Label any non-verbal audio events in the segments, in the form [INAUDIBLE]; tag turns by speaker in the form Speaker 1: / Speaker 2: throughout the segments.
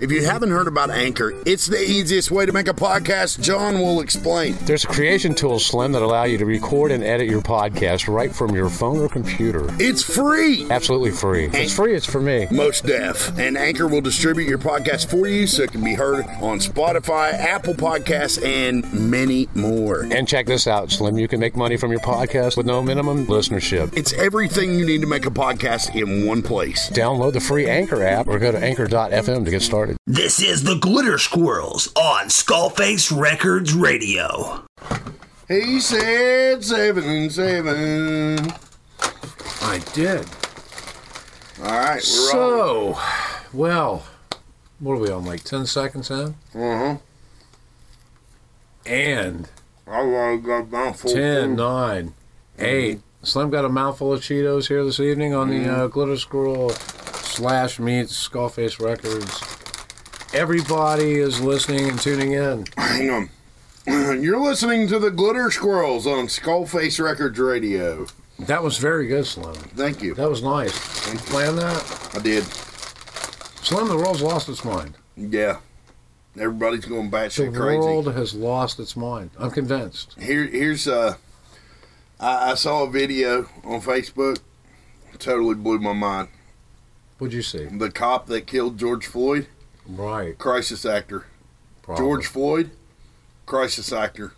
Speaker 1: If you haven't heard about Anchor, it's the easiest way to make a podcast. John will explain.
Speaker 2: There's creation tools, Slim, that allow you to record and edit your podcast right from your phone or computer.
Speaker 1: It's free.
Speaker 2: Absolutely free. If it's free, it's for me.
Speaker 1: Most deaf. And Anchor will distribute your podcast for you so it can be heard on Spotify, Apple Podcasts, and many more.
Speaker 2: And check this out, Slim. You can make money from your podcast with no minimum listenership.
Speaker 1: It's everything you need to make a podcast in one place.
Speaker 2: Download the free Anchor app or go to anchor.fm to get started.
Speaker 3: This is the Glitter Squirrels on Skullface Records Radio.
Speaker 1: He said seven, seven.
Speaker 4: I did.
Speaker 1: All right, we're on.
Speaker 4: So, well, what are we on? Like ten seconds in?
Speaker 1: Uh-huh.
Speaker 4: And
Speaker 1: I want to go down for
Speaker 4: ten, nine,
Speaker 1: Mm-hmm.
Speaker 4: eight. Slim got a mouthful of Cheetos here this evening on the
Speaker 1: Mm-hmm.
Speaker 4: uh, Glitter Squirrel slash meets Skullface Records. Everybody is listening and tuning in.
Speaker 1: Hang on. [LAUGHS] You're listening to the Glitter Squirrels on Skullface Records Radio.
Speaker 4: That was very good, Slim.
Speaker 1: Thank you.
Speaker 4: That was nice. You planned that?
Speaker 1: I did.
Speaker 4: Slim, the world's lost its mind.
Speaker 1: Yeah. Everybody's going
Speaker 4: The
Speaker 1: batshit crazy.
Speaker 4: world has lost its mind. I'm convinced.
Speaker 1: Here, here's uh, I, I saw a video on Facebook. Totally blew my mind.
Speaker 4: What'd you see?
Speaker 1: The cop that killed George Floyd,
Speaker 4: Right.
Speaker 1: crisis actor.
Speaker 4: probably.
Speaker 1: George Floyd, crisis actor.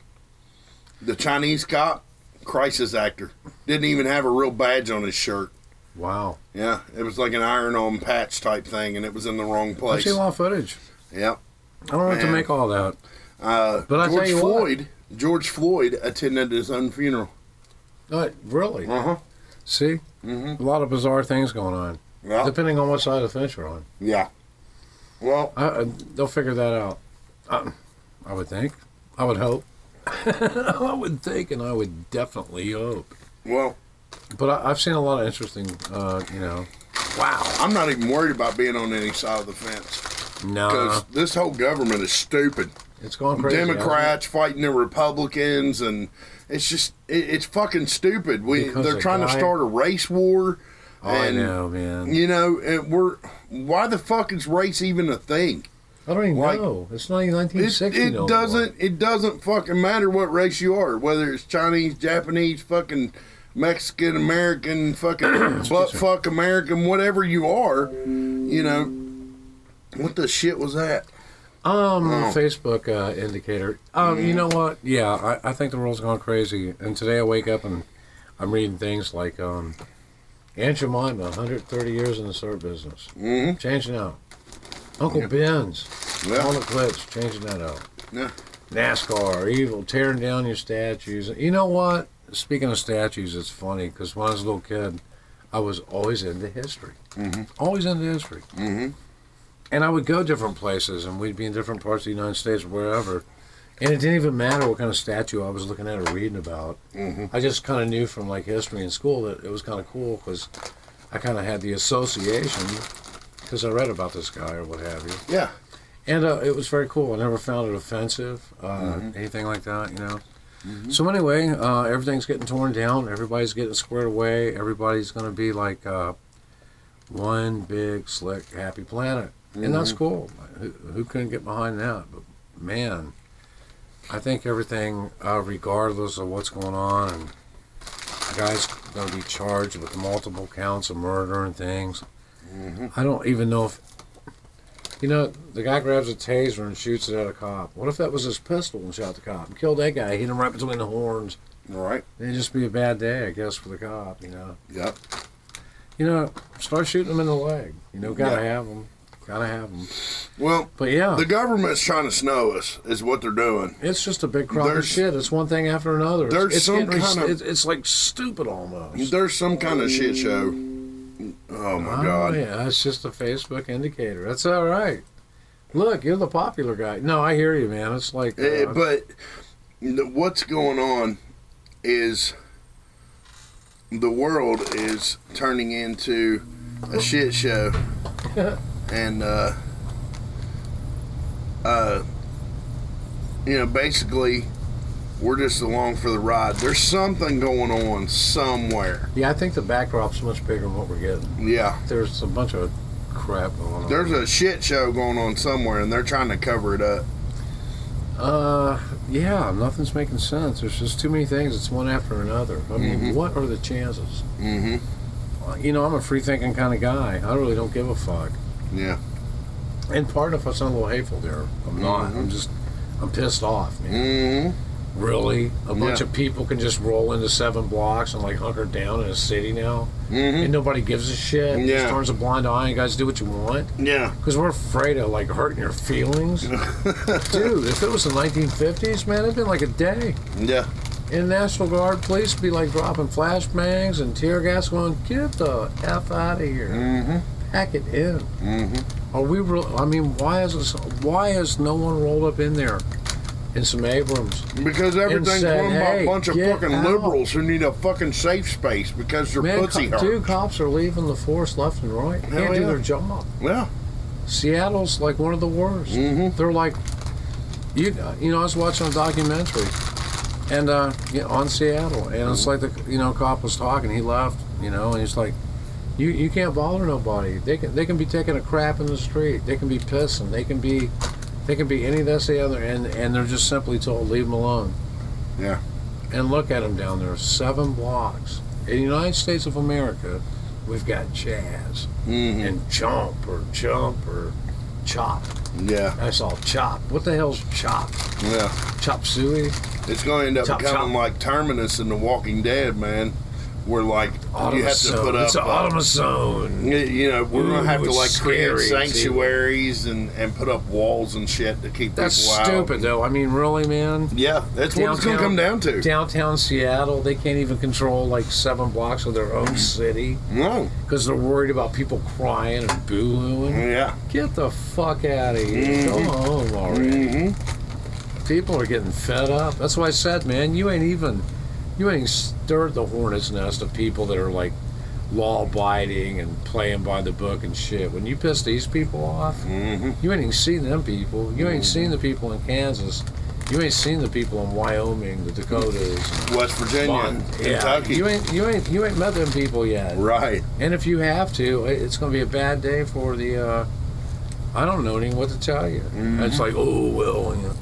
Speaker 1: The Chinese cop, crisis actor. Didn't even have a real badge on his shirt.
Speaker 4: Wow.
Speaker 1: Yeah, it was like an iron-on patch type thing, and it was in the wrong
Speaker 4: I
Speaker 1: place.
Speaker 4: see a lot of footage.
Speaker 1: Yep.
Speaker 4: I don't have to
Speaker 1: Man.
Speaker 4: make all that.
Speaker 1: Uh,
Speaker 4: But I
Speaker 1: George
Speaker 4: tell you what.
Speaker 1: Floyd. George Floyd attended his own funeral.
Speaker 4: Uh, really?
Speaker 1: Uh huh.
Speaker 4: See?
Speaker 1: Mm-hmm.
Speaker 4: A lot of bizarre things going on,
Speaker 1: Yeah.
Speaker 4: depending on what side of the fence you're on.
Speaker 1: yeah. Well,
Speaker 4: I, I, they'll figure that out. I, I would think. I would hope. [LAUGHS] I would think, and I would definitely hope.
Speaker 1: well,
Speaker 4: But I, I've seen a lot of interesting, uh, you know. Wow.
Speaker 1: I'm not even worried about being on any side of the fence because
Speaker 4: No.
Speaker 1: this whole government is stupid.
Speaker 4: It's gone Uh-huh. crazy. hasn't it?
Speaker 1: Democrats fighting the Republicans, and it's just it, it's fucking stupid. We
Speaker 4: Because
Speaker 1: they're
Speaker 4: a
Speaker 1: trying to
Speaker 4: guy-
Speaker 1: start a race war,
Speaker 4: Oh, I
Speaker 1: and
Speaker 4: know, man.
Speaker 1: you know, and we're why the fuck is race even a thing?
Speaker 4: I don't even
Speaker 1: like-
Speaker 4: know. It's not even
Speaker 1: It,
Speaker 4: 1960.
Speaker 1: it
Speaker 4: no more.
Speaker 1: doesn't it doesn't fucking matter what race you are, whether it's Chinese, Japanese, fucking Mexican American, [COUGHS] fucking butt fuck American, whatever you are, you know. What the shit was that?
Speaker 4: Um, Facebook uh, indicator. Um, you know what? Yeah, I, I think the world's gone crazy. And today I wake up and I'm reading things like um, Aunt Jemima, 130 years in the syrup business,
Speaker 1: Mhm.
Speaker 4: changing out. Uncle Ben's, all
Speaker 1: Well,
Speaker 4: the clips, changing that out.
Speaker 1: Yeah.
Speaker 4: NASCAR, evil, tearing down your statues. You know what? Speaking of statues, it's funny because when I was a little kid, I was always into history. Always into history.
Speaker 1: Mhm.
Speaker 4: And I would go different places, and we'd be in different parts of the United States, or wherever. And it didn't even matter what kind of statue I was looking at or reading about. I just kind of knew from like history in school that it was kind of cool because I kind of had the association because I read about this guy or what have you.
Speaker 1: yeah.
Speaker 4: And uh, it was very cool. I never found it offensive, uh, anything like that, you know. So anyway, uh, everything's getting torn down. Everybody's getting squared away. Everybody's going to be like uh, one big slick happy planet, and that's cool. Who, who couldn't get behind that? But man, I think everything, uh, regardless of what's going on, and the guy's going to be charged with multiple counts of murder and things. I don't even know if you know, the guy grabs a taser and shoots it at a cop. What if that was his pistol and shot the cop and killed that guy, hit him right between the horns?
Speaker 1: All right.
Speaker 4: It'd just be a bad day, I guess, for the cop, you know.
Speaker 1: Yep.
Speaker 4: You know, start shooting him in the leg. You know, gotta
Speaker 1: Yeah.
Speaker 4: have him. Gotta have him.
Speaker 1: Well,
Speaker 4: But yeah,
Speaker 1: The government's trying to snow us, is what they're doing.
Speaker 4: it's just a big crock of
Speaker 1: There's-
Speaker 4: shit. It's one thing after another. It's-
Speaker 1: there's
Speaker 4: it's
Speaker 1: some
Speaker 4: getting
Speaker 1: kind of-
Speaker 4: it's, it's like stupid almost.
Speaker 1: There's some kind of shit show. Oh my
Speaker 4: Oh,
Speaker 1: god!
Speaker 4: yeah, that's just a Facebook indicator. That's all right. Look, you're the popular guy. No, I hear you, man. It's like, uh,
Speaker 1: Eh, But the- what's going on is the world is turning into a shit show, and uh, uh, you know, basically, we're just along for the ride. There's something going on somewhere.
Speaker 4: yeah, I think the backdrop's much bigger than what we're getting.
Speaker 1: Yeah.
Speaker 4: there's a bunch of crap going on.
Speaker 1: There's a shit show going on somewhere, and they're trying to cover it up.
Speaker 4: Uh, yeah, nothing's making sense. There's just too many things. It's one after another. I mean, what are the chances?
Speaker 1: Mm-hmm.
Speaker 4: Uh, You know, I'm a free thinking kind of guy. I really don't give a fuck.
Speaker 1: Yeah.
Speaker 4: And part of I sound a little hateful there. I'm not. I'm just, I'm pissed off, man.
Speaker 1: Mm-hmm.
Speaker 4: Really? A bunch
Speaker 1: Yeah.
Speaker 4: of people can just roll into seven blocks and like hunker down in a city now? And
Speaker 1: Mm-hmm.
Speaker 4: nobody gives a shit. and Just
Speaker 1: Yeah.
Speaker 4: turns a blind eye and guys do what you want.
Speaker 1: Yeah.
Speaker 4: Because we're afraid of like hurting
Speaker 1: [LAUGHS]
Speaker 4: your feelings. Dude, if it was the 1950s, man, it'd been like a day.
Speaker 1: Yeah.
Speaker 4: And National Guard police would be like dropping flashbangs and tear gas going, get the F out of here.
Speaker 1: Mm-hmm.
Speaker 4: Pack it in. Are we real? I mean, why is this, why has no one rolled up in there in some Abrams?
Speaker 1: Because everything's
Speaker 4: said,
Speaker 1: run by
Speaker 4: "Hey,
Speaker 1: a bunch of
Speaker 4: get
Speaker 1: fucking
Speaker 4: out."
Speaker 1: liberals who need a fucking safe space because they're
Speaker 4: Man,
Speaker 1: pussy
Speaker 4: co-
Speaker 1: hard.
Speaker 4: dude, cops are leaving the force left and right. They
Speaker 1: Hell
Speaker 4: can't do
Speaker 1: yeah.
Speaker 4: their job.
Speaker 1: Yeah.
Speaker 4: Seattle's like one of the worst.
Speaker 1: Mhm.
Speaker 4: They're like, you you know, I was watching a documentary, and uh, you know, on Seattle, and it's like the you know cop was talking. He left, you know, and he's like, you you can't bother nobody. They can they can be taking a crap in the street. They can be pissing. They can be they can be any of this the other, and and they're just simply told leave them alone.
Speaker 1: Yeah.
Speaker 4: And look at them down there, seven blocks. In the United States of America, we've got jazz
Speaker 1: Mm-hmm.
Speaker 4: and jump or jump or chop.
Speaker 1: Yeah.
Speaker 4: I saw chop. What the hell's chop?
Speaker 1: Yeah.
Speaker 4: Chop suey?
Speaker 1: It's going to end up
Speaker 4: Chop,
Speaker 1: becoming
Speaker 4: chop.
Speaker 1: like Terminus in The Walking Dead, man. Where like you have to put
Speaker 4: Automazone.
Speaker 1: up.
Speaker 4: It's an
Speaker 1: uh,
Speaker 4: automazone.
Speaker 1: Y- You know, we're gonna have
Speaker 4: Ooh,
Speaker 1: to
Speaker 4: it's
Speaker 1: like create
Speaker 4: scary, it's
Speaker 1: sanctuaries and, and put up walls and shit to keep
Speaker 4: That's
Speaker 1: people out.
Speaker 4: stupid, though. I mean, really, man.
Speaker 1: Yeah, that's what it's gonna come down to.
Speaker 4: Downtown Seattle, they can't even control like seven blocks of their own city
Speaker 1: No,
Speaker 4: because they're worried about people crying and boo-hooing.
Speaker 1: yeah,
Speaker 4: Get the fuck out of here. Go home already.
Speaker 1: hmm
Speaker 4: People are getting fed up. That's why I said, man, you ain't even, you ain't stirred the hornet's nest of people that are like law abiding and playing by the book and shit. When you piss these people off, you ain't even seen them people. You ain't seen the people in Kansas. You ain't seen the people in Wyoming, the Dakotas,
Speaker 1: West Virginia,
Speaker 4: Mon- yeah.
Speaker 1: Kentucky,
Speaker 4: You ain't, you ain't, you ain't met them people yet.
Speaker 1: right?
Speaker 4: And if you have to, it- it's going to be a bad day for the. Uh, I don't know even what to tell you.
Speaker 1: Mm-hmm.
Speaker 4: It's like, oh well, you know,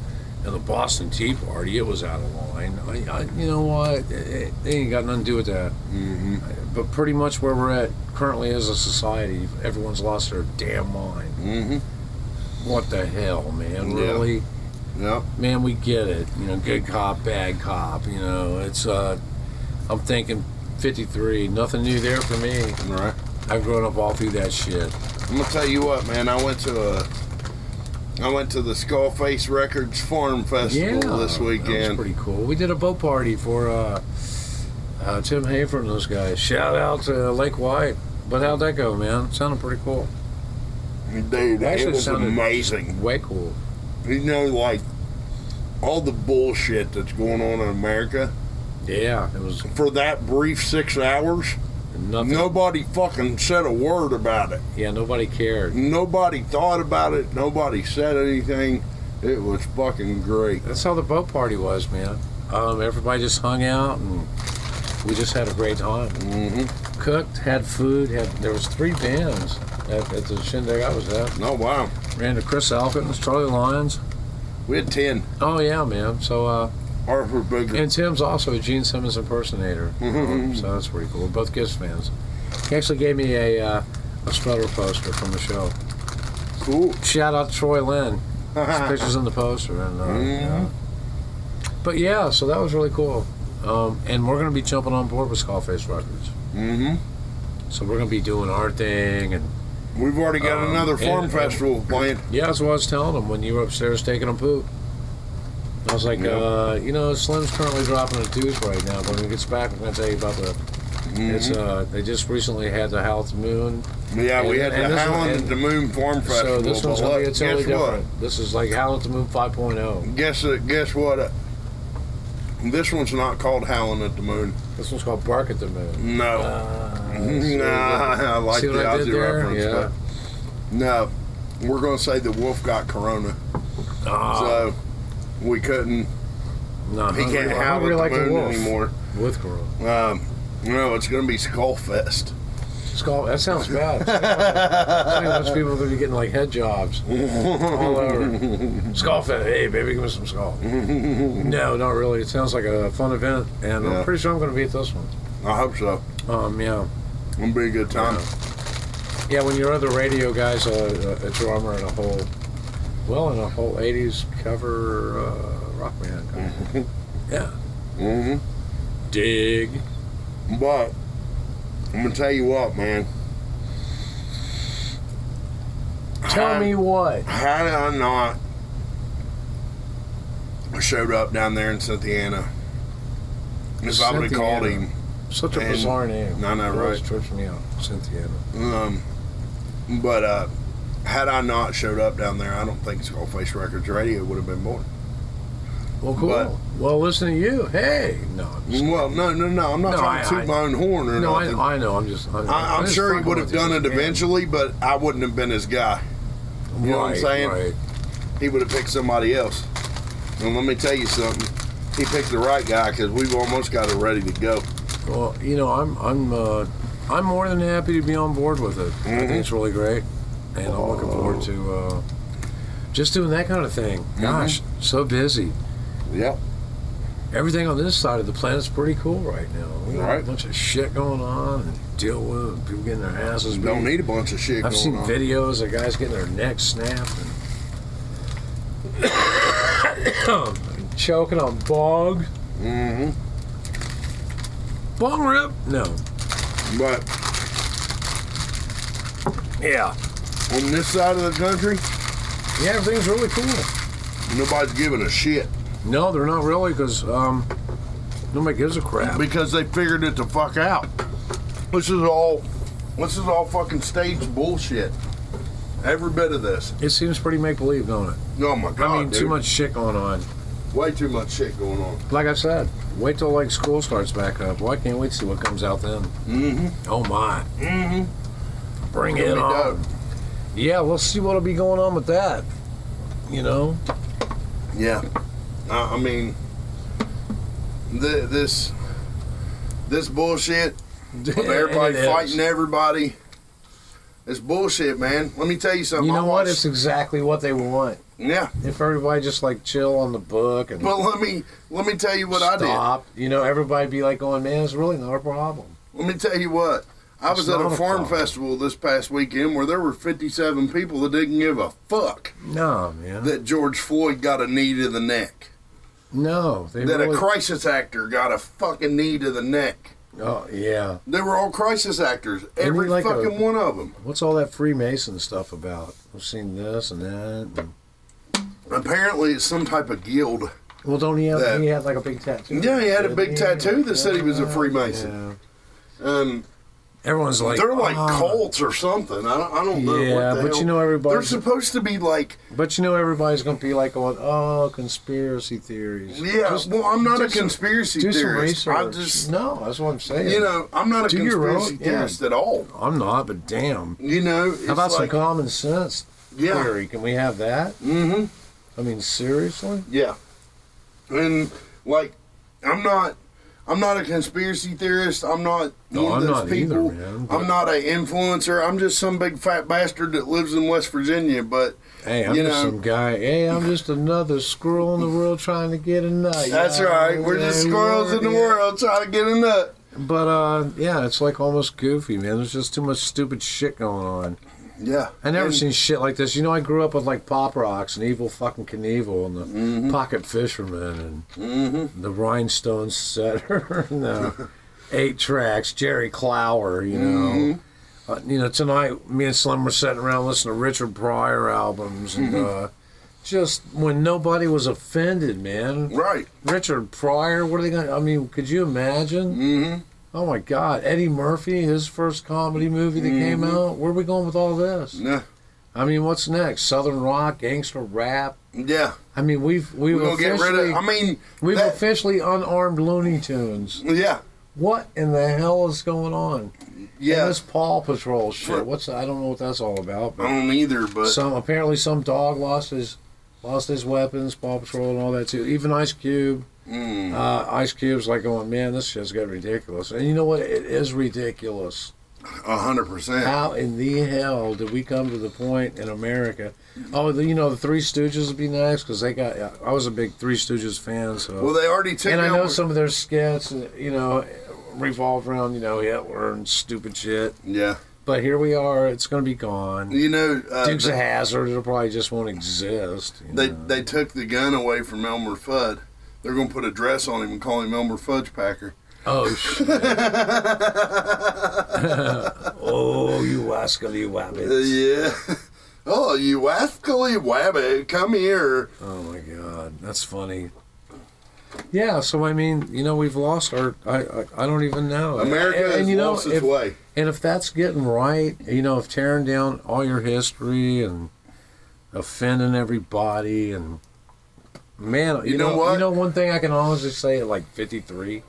Speaker 4: and the Boston Tea Party, it was out of line. I, I, you know what? It, it, it ain't got nothing to do with that.
Speaker 1: Mm-hmm.
Speaker 4: But pretty much where we're at currently as a society, everyone's lost their damn mind.
Speaker 1: Mm-hmm.
Speaker 4: What the hell, man?
Speaker 1: Yeah.
Speaker 4: Really?
Speaker 1: Yep.
Speaker 4: man, we get it. You know, good cop, bad cop. You know, it's. Uh, I'm thinking 53. Nothing new there for me.
Speaker 1: All right.
Speaker 4: I've grown up all through that shit.
Speaker 1: I'm gonna tell you what, man. I went to a, I went to the Skullface Records Farm Festival this
Speaker 4: That was
Speaker 1: weekend.
Speaker 4: pretty cool. We did a boat party for uh, uh, Tim Hafer and those guys. Shout out to Lake White. But how'd that go, man? Sounded pretty cool.
Speaker 1: Dude,
Speaker 4: Actually,
Speaker 1: it
Speaker 4: it
Speaker 1: was
Speaker 4: sounded-
Speaker 1: amazing.
Speaker 4: Way cool.
Speaker 1: You know, like all the bullshit that's going on in America.
Speaker 4: Yeah, it was
Speaker 1: For that brief six hours,
Speaker 4: nothing.
Speaker 1: Nobody fucking said a word about it.
Speaker 4: Yeah, nobody cared.
Speaker 1: Nobody thought about it. Nobody said anything. It was fucking great.
Speaker 4: That's how the boat party was, man. Um, everybody just hung out and we just had a great time.
Speaker 1: Mm-hmm.
Speaker 4: Cooked, had food, had there was three bands at, at the shindig I was at.
Speaker 1: Oh wow,
Speaker 4: Ran to Chris Alkins, Charlie Lyons.
Speaker 1: we had ten.
Speaker 4: Oh yeah, man. So uh,
Speaker 1: Arthur Bigger.
Speaker 4: And Tim's also a Gene Simmons impersonator, um, so that's pretty cool. We're both Kiss fans. He actually gave me a uh, a Strutter poster from the show.
Speaker 1: Cool.
Speaker 4: Shout out to Troy Lynn. His pictures in the poster, and uh, yeah. but yeah, so that was really cool. Um, and we're gonna be jumping on board with Skullface Records,
Speaker 1: hmm
Speaker 4: so we're gonna be doing our thing. And
Speaker 1: We've already got
Speaker 4: Um,
Speaker 1: another
Speaker 4: and-
Speaker 1: farm
Speaker 4: and-
Speaker 1: festival planned.
Speaker 4: yeah, that's what I was telling him when you were upstairs taking a poop. I was like,
Speaker 1: Yeah.
Speaker 4: uh, you know, Slim's currently dropping a tooth right now, but when he gets back, I'm gonna tell you about the
Speaker 1: Mm-hmm.
Speaker 4: It's uh, they just recently had the Howl at the Moon,
Speaker 1: Yeah, we had
Speaker 4: and- and
Speaker 1: the
Speaker 4: this one-
Speaker 1: Howling at
Speaker 4: and-
Speaker 1: the Moon Farm Festival.
Speaker 4: so this
Speaker 1: but
Speaker 4: one's gonna be
Speaker 1: look,
Speaker 4: a totally
Speaker 1: guess
Speaker 4: different. This is like Howl at the Moon oh. 5.0.
Speaker 1: What? Guess uh, guess what? Uh, this one's not called Howling at the Moon.
Speaker 4: This one's called Bark at
Speaker 1: [LAUGHS]
Speaker 4: the Moon.
Speaker 1: No.
Speaker 4: Uh, see
Speaker 1: Mm-hmm. nah,
Speaker 4: what I did-
Speaker 1: I like
Speaker 4: see
Speaker 1: the
Speaker 4: what I did
Speaker 1: Aussie
Speaker 4: there?
Speaker 1: reference.
Speaker 4: Yeah.
Speaker 1: but No, we're gonna say the wolf got corona,
Speaker 4: Ah,
Speaker 1: so we couldn't.
Speaker 4: no,
Speaker 1: uh, He can't howl at the moon anymore.
Speaker 4: with Corona.
Speaker 1: [LAUGHS] Um, no, it's gonna be Skullfest.
Speaker 4: skull. That sounds bad. I mean, those people are gonna be getting like head jobs all over. Skull fest. Hey, baby, give me some skull. no, not really. It sounds like a fun event, and
Speaker 1: Yeah.
Speaker 4: I'm pretty sure I'm gonna be at this one.
Speaker 1: I hope so.
Speaker 4: Um, yeah,
Speaker 1: It'll be a good time.
Speaker 4: yeah. When your other radio guys, a, a drummer and a whole, well, and a whole '80s cover uh, rock band. yeah,
Speaker 1: Mm-hmm.
Speaker 4: dig.
Speaker 1: But I'm gonna tell you what, man.
Speaker 4: Tell
Speaker 1: Hi.
Speaker 4: me what.
Speaker 1: How did I not? I showed up down there in Cynthiana. If I would have called him,
Speaker 4: Such a
Speaker 1: And-
Speaker 4: bizarre name.
Speaker 1: No, no,
Speaker 4: It always
Speaker 1: right.
Speaker 4: trips me out. Cynthia.
Speaker 1: um, but uh, had I not showed up down there, I don't think Skullface Records Radio would have been born.
Speaker 4: Well, cool.
Speaker 1: But-
Speaker 4: well, listen to you. Hey, no, I'm just,
Speaker 1: Well, no, no, no. I'm not
Speaker 4: No,
Speaker 1: trying
Speaker 4: I-
Speaker 1: to toot
Speaker 4: I-
Speaker 1: my own horn or
Speaker 4: no,
Speaker 1: nothing.
Speaker 4: I, I know. I'm just. I'm,
Speaker 1: I,
Speaker 4: I'm
Speaker 1: I'm
Speaker 4: just
Speaker 1: sure he
Speaker 4: fucking
Speaker 1: would
Speaker 4: with
Speaker 1: have
Speaker 4: you.
Speaker 1: done it
Speaker 4: Man.
Speaker 1: eventually, but I wouldn't have been his guy.
Speaker 4: Right,
Speaker 1: know what I'm saying?
Speaker 4: Right.
Speaker 1: He would have picked somebody else. And let me tell you something. He picked the right guy because we've almost got it ready to go.
Speaker 4: Well, you know, I'm I'm uh, I'm more than happy to be on board with it. I think
Speaker 1: Mm-hmm.
Speaker 4: it's really great, and I'm looking forward to uh, just doing that kind of thing.
Speaker 1: Mm-hmm.
Speaker 4: Gosh, so busy.
Speaker 1: Yep.
Speaker 4: Everything on this side of the planet's pretty cool right now. We got a
Speaker 1: Right.
Speaker 4: bunch of shit going on and deal with and people getting their asses beat.
Speaker 1: Don't need a bunch of shit
Speaker 4: I've
Speaker 1: going
Speaker 4: seen
Speaker 1: on.
Speaker 4: videos of guys getting their necks snapped and [COUGHS] choking on bog.
Speaker 1: Mm-hmm.
Speaker 4: Bong rip? No.
Speaker 1: But
Speaker 4: Yeah.
Speaker 1: on this side of the country,
Speaker 4: Yeah, everything's really cool.
Speaker 1: nobody's giving a shit
Speaker 4: No, they're not really because um, nobody gives a crap.
Speaker 1: because they figured it the fuck out. This is all. This is all fucking stage bullshit. Every bit of this.
Speaker 4: It seems pretty make believe, don't it?
Speaker 1: Oh my god.
Speaker 4: I mean, too
Speaker 1: dude.
Speaker 4: much shit going on.
Speaker 1: Way too much shit going on.
Speaker 4: Like I said, wait till like school starts back up. Well, I can't wait to see what comes out then.
Speaker 1: Mm-hmm.
Speaker 4: Oh my,
Speaker 1: Mm-hmm.
Speaker 4: bring it on! Yeah, we'll see what'll be going on with that. You know,
Speaker 1: Yeah, I, I mean, the, this this bullshit of
Speaker 4: [LAUGHS]
Speaker 1: everybody
Speaker 4: It is.
Speaker 1: fighting everybody. It's bullshit, man. Let me tell you something.
Speaker 4: You
Speaker 1: I
Speaker 4: know what?
Speaker 1: watched-
Speaker 4: It's exactly what they want.
Speaker 1: yeah,
Speaker 4: If everybody just like chill on the book and
Speaker 1: but let me let me tell you what I
Speaker 4: stop, you know, everybody be like going, man, it's really not a problem.
Speaker 1: did. Let me tell you what. I
Speaker 4: It's
Speaker 1: was at
Speaker 4: not
Speaker 1: a
Speaker 4: a
Speaker 1: farm
Speaker 4: problem.
Speaker 1: festival this past weekend where there were 57 people that didn't give a fuck
Speaker 4: No, man.
Speaker 1: that George Floyd got a knee to the neck,
Speaker 4: no, they
Speaker 1: that
Speaker 4: really.
Speaker 1: a crisis actor got a fucking knee to the neck.
Speaker 4: oh yeah.
Speaker 1: They were all crisis actors,
Speaker 4: he
Speaker 1: every
Speaker 4: like a-
Speaker 1: fucking one of them.
Speaker 4: What's all that Freemason stuff about? I've seen this and that. And,
Speaker 1: Apparently, it's some type of guild.
Speaker 4: well, don't he have?
Speaker 1: That-
Speaker 4: he had like a big tattoo.
Speaker 1: Yeah, he had a
Speaker 4: Didn't
Speaker 1: big
Speaker 4: he?
Speaker 1: tattoo that said he was a Freemason.
Speaker 4: Yeah.
Speaker 1: Um,
Speaker 4: Everyone's like
Speaker 1: they're like
Speaker 4: "Ah."
Speaker 1: cults or something. I don't, I don't know.
Speaker 4: Yeah,
Speaker 1: what the
Speaker 4: but
Speaker 1: hell.
Speaker 4: you know everybody-
Speaker 1: They're supposed to be like,
Speaker 4: But you know everybody's gonna be like going, oh, conspiracy theories.
Speaker 1: yeah. well, I'm not
Speaker 4: do
Speaker 1: a
Speaker 4: some-
Speaker 1: conspiracy
Speaker 4: Do some
Speaker 1: theorist.
Speaker 4: research.
Speaker 1: I just,
Speaker 4: no, that's what I'm saying.
Speaker 1: you know, I'm not a
Speaker 4: Do your
Speaker 1: conspiracy
Speaker 4: own- yeah.
Speaker 1: theorist at all.
Speaker 4: I'm not, but damn.
Speaker 1: You know, it's
Speaker 4: How about
Speaker 1: like,
Speaker 4: some common sense
Speaker 1: Yeah.
Speaker 4: theory? Can we have that?
Speaker 1: mm-hmm.
Speaker 4: I mean, seriously?
Speaker 1: Yeah. And like I'm not I'm not a conspiracy theorist. I'm not
Speaker 4: No,
Speaker 1: one of
Speaker 4: I'm
Speaker 1: those
Speaker 4: not either,
Speaker 1: people.
Speaker 4: man, but-
Speaker 1: I'm not an influencer. I'm just some big fat bastard that lives in West Virginia, but
Speaker 4: Hey, I'm
Speaker 1: You
Speaker 4: just
Speaker 1: know.
Speaker 4: some guy. Hey, I'm just another squirrel in the world trying to get a nut.
Speaker 1: that's right. We're just squirrels in the world trying to get a nut.
Speaker 4: But uh, yeah, it's like almost goofy, man. There's just too much stupid shit going on.
Speaker 1: Yeah.
Speaker 4: I never
Speaker 1: And-
Speaker 4: seen shit like this. You know, I grew up with like Pop Rocks and Evil fucking Knievel and the
Speaker 1: Mm-hmm.
Speaker 4: Pocket Fisherman and the Rhinestone Setter [LAUGHS] and the Eight Tracks, Jerry Clower, you know.
Speaker 1: Mm-hmm.
Speaker 4: Uh, you know, tonight me and Slim were sitting around listening to Richard Pryor albums and
Speaker 1: Mm-hmm.
Speaker 4: uh, just when nobody was offended, man.
Speaker 1: Right.
Speaker 4: Richard Pryor, what are they going to, I mean, could you imagine?
Speaker 1: Mm-hmm.
Speaker 4: Oh my God, Eddie Murphy, his first comedy movie that came
Speaker 1: Mm-hmm.
Speaker 4: out. Where are we going with all this?
Speaker 1: Yeah.
Speaker 4: I mean, what's next? Southern rock, gangster rap.
Speaker 1: Yeah.
Speaker 4: I mean, we've we've
Speaker 1: We're gonna get rid
Speaker 4: officially
Speaker 1: of I mean
Speaker 4: we've
Speaker 1: that-
Speaker 4: officially unarmed Looney Tunes.
Speaker 1: Yeah.
Speaker 4: What in the hell is going on?
Speaker 1: Yeah.
Speaker 4: And this Paw Patrol shit.
Speaker 1: Right.
Speaker 4: What's I don't know what that's all about.
Speaker 1: I
Speaker 4: But
Speaker 1: don't either, but
Speaker 4: some apparently some dog lost his lost his weapons, Paw Patrol, and all that too. Even Ice Cube.
Speaker 1: Mm.
Speaker 4: Uh, Ice Cube's like going, man, this shit's got ridiculous. And you know what? It is ridiculous.
Speaker 1: A hundred percent.
Speaker 4: How in the hell did we come to the point in America? Oh, the, you know, the Three Stooges would be nice because they got. I was a big Three Stooges fan, so
Speaker 1: Well, they already took
Speaker 4: and I
Speaker 1: down
Speaker 4: know some of their skits, uh, you know, revolve around you know Hitler and stupid shit.
Speaker 1: Yeah,
Speaker 4: But here we are; it's going to be gone.
Speaker 1: you know, uh,
Speaker 4: Dukes of
Speaker 1: they,
Speaker 4: Hazard, it'll probably just won't exist. you
Speaker 1: they
Speaker 4: know.
Speaker 1: they took the gun away from Elmer Fudd. They're gonna put a dress on him and call him Elmer Fudge Packer.
Speaker 4: Oh
Speaker 1: [LAUGHS]
Speaker 4: shit! [LAUGHS] oh, you wascally
Speaker 1: Uh,
Speaker 4: wabbits!
Speaker 1: yeah. [LAUGHS] oh, you rascally wabbit! Come here.
Speaker 4: Oh my god, that's funny. Yeah, so I mean, you know, we've lost our. I I, I don't even know.
Speaker 1: America
Speaker 4: and,
Speaker 1: has
Speaker 4: you know,
Speaker 1: lost its
Speaker 4: if,
Speaker 1: way.
Speaker 4: And if that's getting right, you know, if tearing down all your history and offending everybody and man, you,
Speaker 1: know what?
Speaker 4: You know, one thing I can honestly say at like 53,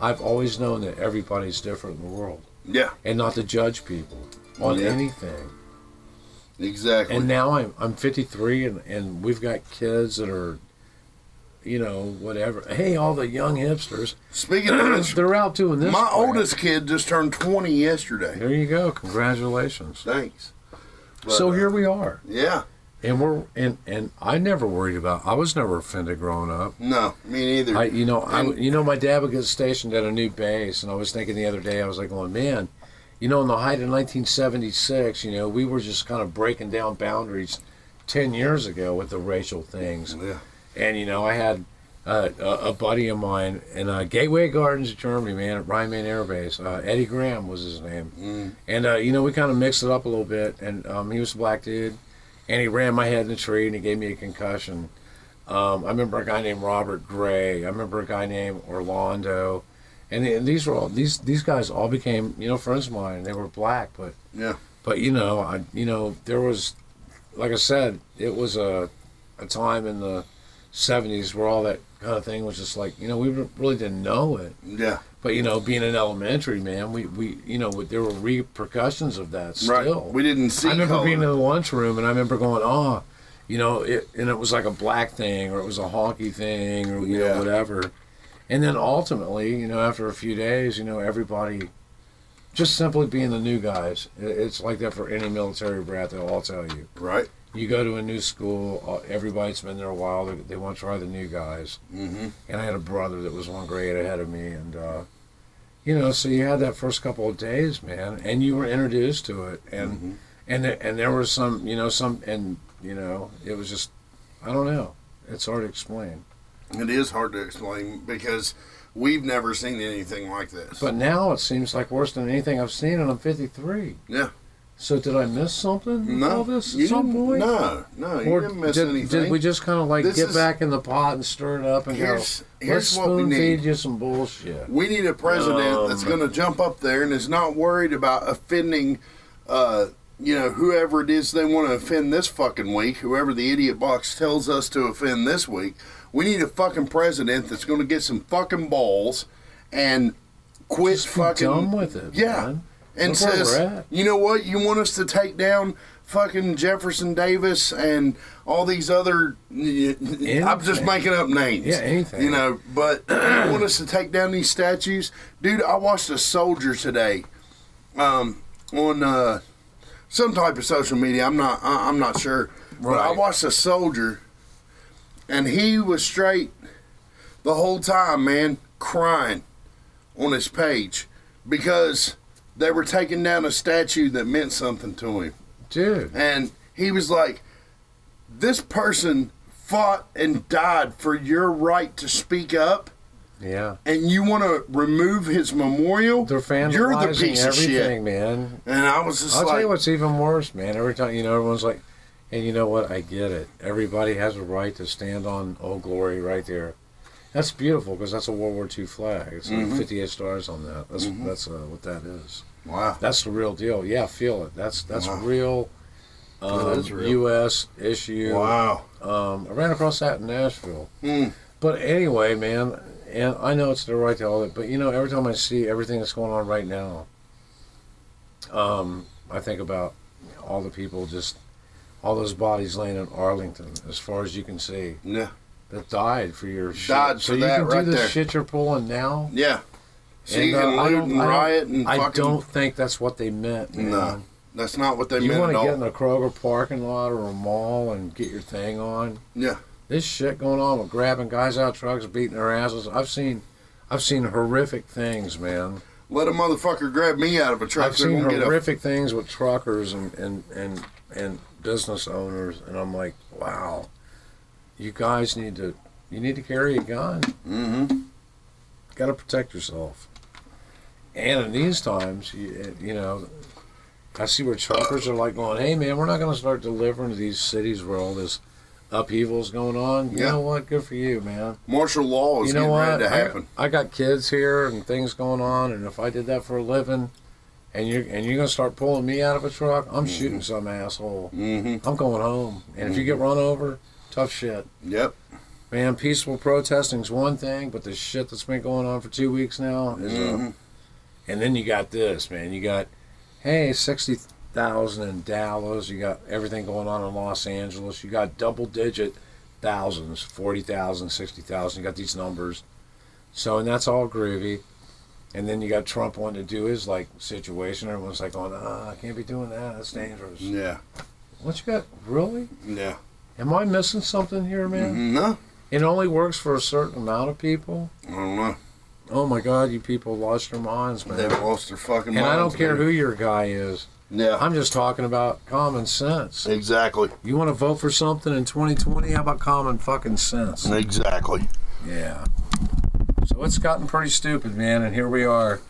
Speaker 4: I've always known that everybody's different in the world
Speaker 1: Yeah,
Speaker 4: and not to judge people on
Speaker 1: Yeah.
Speaker 4: anything.
Speaker 1: exactly.
Speaker 4: And now I'm I'm 53 and and we've got kids that are you know, whatever. Hey, all the young hipsters, [COUGHS]
Speaker 1: Speaking of which,
Speaker 4: they're out doing [CLEARS THROAT] this.
Speaker 1: my
Speaker 4: crap.
Speaker 1: oldest kid just turned twenty yesterday.
Speaker 4: There you go. Congratulations.
Speaker 1: Thanks. But,
Speaker 4: so
Speaker 1: uh,
Speaker 4: here we are.
Speaker 1: Yeah.
Speaker 4: and we're and and I never worried about. I was never offended growing up.
Speaker 1: No, me neither.
Speaker 4: I you know I you know my dad would get stationed at a new base, and I was thinking the other day I was like going man, you know in the height of 1976, you know we were just kind of breaking down boundaries, ten years ago with the racial things,
Speaker 1: yeah.
Speaker 4: and you know I had. Uh, a, a buddy of mine in uh, Gateway Gardens, Germany, man, at Rheinman Air Base. Uh, Eddie Graham was his name. And, uh, you know, we kind of mixed it up a little bit. And um, he was a black dude. And he ran my head in a tree and he gave me a concussion. Um, I remember a guy named Robert Gray. I remember a guy named Orlando. And, th- and these were all these these guys all became you know friends of mine. They were black, but
Speaker 1: Yeah.
Speaker 4: but you know I you know there was like I said it was a a time in the '70s where all that kind of thing was just like you know we re- really didn't know it.
Speaker 1: Yeah.
Speaker 4: But you know being in elementary man we we you know there were repercussions of that
Speaker 1: Right.
Speaker 4: still.
Speaker 1: We didn't see.
Speaker 4: I remember
Speaker 1: color.
Speaker 4: being in the lunchroom and I remember going, oh, you know, it, and it was like a black thing or it was a honky thing or you
Speaker 1: Yeah.
Speaker 4: know whatever. And then ultimately, you know, after a few days, you know, everybody just simply being the new guys. It, it's like that for any military brat. They'll all tell you.
Speaker 1: right.
Speaker 4: You go to a new school, uh, everybody's been there a while. They, they want to try the new guys.
Speaker 1: Mm-hmm.
Speaker 4: And I had a brother that was one grade ahead of me, and uh, you know, so you had that first couple of days, man, and you were introduced to it, and
Speaker 1: Mm-hmm.
Speaker 4: and there, and there was some you know some and you know it was just i don't know it's hard to explain
Speaker 1: It is hard to explain because we've never seen anything like this.
Speaker 4: but now it seems like worse than anything i've seen and i'm 53
Speaker 1: Yeah.
Speaker 4: so did i miss something with
Speaker 1: no,
Speaker 4: all this
Speaker 1: you
Speaker 4: at some
Speaker 1: didn't-
Speaker 4: point
Speaker 1: No, no, you
Speaker 4: or
Speaker 1: didn't miss
Speaker 4: did,
Speaker 1: anything.
Speaker 4: did we just kind of like
Speaker 1: This
Speaker 4: get
Speaker 1: is-
Speaker 4: back in the pot and stir it up and
Speaker 1: Here's-
Speaker 4: go
Speaker 1: here's
Speaker 4: let's
Speaker 1: what we
Speaker 4: spoon
Speaker 1: need."
Speaker 4: feed you some bullshit
Speaker 1: We need a president that's going to jump up there and is not worried about offending, uh, you know, whoever it is they want to offend this fucking week, whoever the idiot box tells us to offend this week. We need a fucking president that's going to get some fucking balls and quit
Speaker 4: Just be
Speaker 1: fucking
Speaker 4: done with it
Speaker 1: Yeah.
Speaker 4: man.
Speaker 1: and
Speaker 4: Look where we're
Speaker 1: says,
Speaker 4: at.
Speaker 1: you know what? You want us to take down fucking Jefferson Davis and all these other. I'm just
Speaker 4: Anything.
Speaker 1: making up names.
Speaker 4: Yeah, anything.
Speaker 1: You know, but you want us to take down these statues, dude. I watched a soldier today, um, on uh, some type of social media. I'm not. I, I'm not sure. But I
Speaker 4: Right.
Speaker 1: watched a soldier, and he was straight the whole time, man, crying on his page because they were taking down a statue that meant something to him.
Speaker 4: dude
Speaker 1: And he was like, This person fought and died for your right to speak up,
Speaker 4: yeah
Speaker 1: and you want to remove his memorial?
Speaker 4: they're vandalizing
Speaker 1: You're the piece of
Speaker 4: everything
Speaker 1: shit.
Speaker 4: man
Speaker 1: And I was just
Speaker 4: I'll tell
Speaker 1: like,
Speaker 4: you what's even worse, man. Every time you know, everyone's like, and you know what? I get it. Everybody has a right to stand on Old Glory right there. That's beautiful because that's a World War II flag. It's
Speaker 1: Mm-hmm.
Speaker 4: like 58 stars on that. That's that's uh, what that is.
Speaker 1: Wow.
Speaker 4: That's the real deal. Yeah, feel it. That's that's
Speaker 1: Wow.
Speaker 4: real. Um,
Speaker 1: that is real.
Speaker 4: U.S. issue.
Speaker 1: Wow.
Speaker 4: Um, I ran across that in Nashville.
Speaker 1: Mm.
Speaker 4: But anyway, man, and I know it's the right to all that, but you know, every time I see everything that's going on right now, um, I think about all the people just, all those bodies laying in Arlington, as far as you can see,
Speaker 1: Yeah.
Speaker 4: that died for your shit.
Speaker 1: Died for
Speaker 4: so you
Speaker 1: that
Speaker 4: can
Speaker 1: right
Speaker 4: do this
Speaker 1: there.
Speaker 4: shit you're pulling now. uh,
Speaker 1: Yeah. So you can
Speaker 4: I
Speaker 1: loot
Speaker 4: don't-
Speaker 1: and
Speaker 4: I don't-
Speaker 1: riot and
Speaker 4: I
Speaker 1: fucking-
Speaker 4: don't think that's what they meant. man.
Speaker 1: No, that's not what they
Speaker 4: you
Speaker 1: meant
Speaker 4: want
Speaker 1: at
Speaker 4: to
Speaker 1: all.
Speaker 4: get in a Kroger parking lot or a mall and get your thing on.
Speaker 1: yeah,
Speaker 4: This shit going on with grabbing guys out of trucks, beating their asses. I've seen, I've seen horrific things, man.
Speaker 1: let a motherfucker grab me out of a truck.
Speaker 4: I've seen
Speaker 1: won't get a,
Speaker 4: horrific things with truckers and and and and business owners, and I'm like, wow, you guys need to, you need to carry a gun.
Speaker 1: mm-hmm.
Speaker 4: Got to protect yourself. And in these times, you, you know, I see where truckers are like going, "Hey, man, we're not going to start delivering to these cities where all this upheaval's going on." You
Speaker 1: Yeah.
Speaker 4: know what? Good for you, man.
Speaker 1: Martial law is
Speaker 4: you know
Speaker 1: getting
Speaker 4: what?
Speaker 1: ready to
Speaker 4: I-
Speaker 1: happen.
Speaker 4: I, got kids here and things going on, and if I did that for a living, and you're and you're going to start pulling me out of a truck, I'm shooting some asshole.
Speaker 1: mm-hmm.
Speaker 4: I'm going home, and if you get run over, tough shit.
Speaker 1: Yep.
Speaker 4: Man, peaceful protesting's one thing, but the shit that's been going on for two weeks now is a
Speaker 1: Mhm.
Speaker 4: and then you got this, man. You got, hey, 60,000 in Dallas. You got everything going on in Los Angeles. You got double digit thousands, 40,000, 60,000. You got these numbers. So, and that's all groovy. And then you got Trump wanting to do his like situation. Everyone's like, going, ah, I can't be doing that. That's dangerous.
Speaker 1: Yeah.
Speaker 4: What you got? Really?
Speaker 1: Yeah. Mm-hmm.
Speaker 4: Am I missing something here, man?
Speaker 1: No,
Speaker 4: It only works for a certain amount of people.
Speaker 1: I don't know.
Speaker 4: Oh my God, you people lost your minds, man.
Speaker 1: They've lost their fucking.
Speaker 4: and I don't
Speaker 1: minds,
Speaker 4: care who
Speaker 1: dude.
Speaker 4: your guy is.
Speaker 1: Yeah.
Speaker 4: I'm just talking about common sense.
Speaker 1: exactly.
Speaker 4: You want to vote for something in 2020? How about common fucking sense?
Speaker 1: Exactly.
Speaker 4: Yeah. So it's gotten pretty stupid, man, and here we are.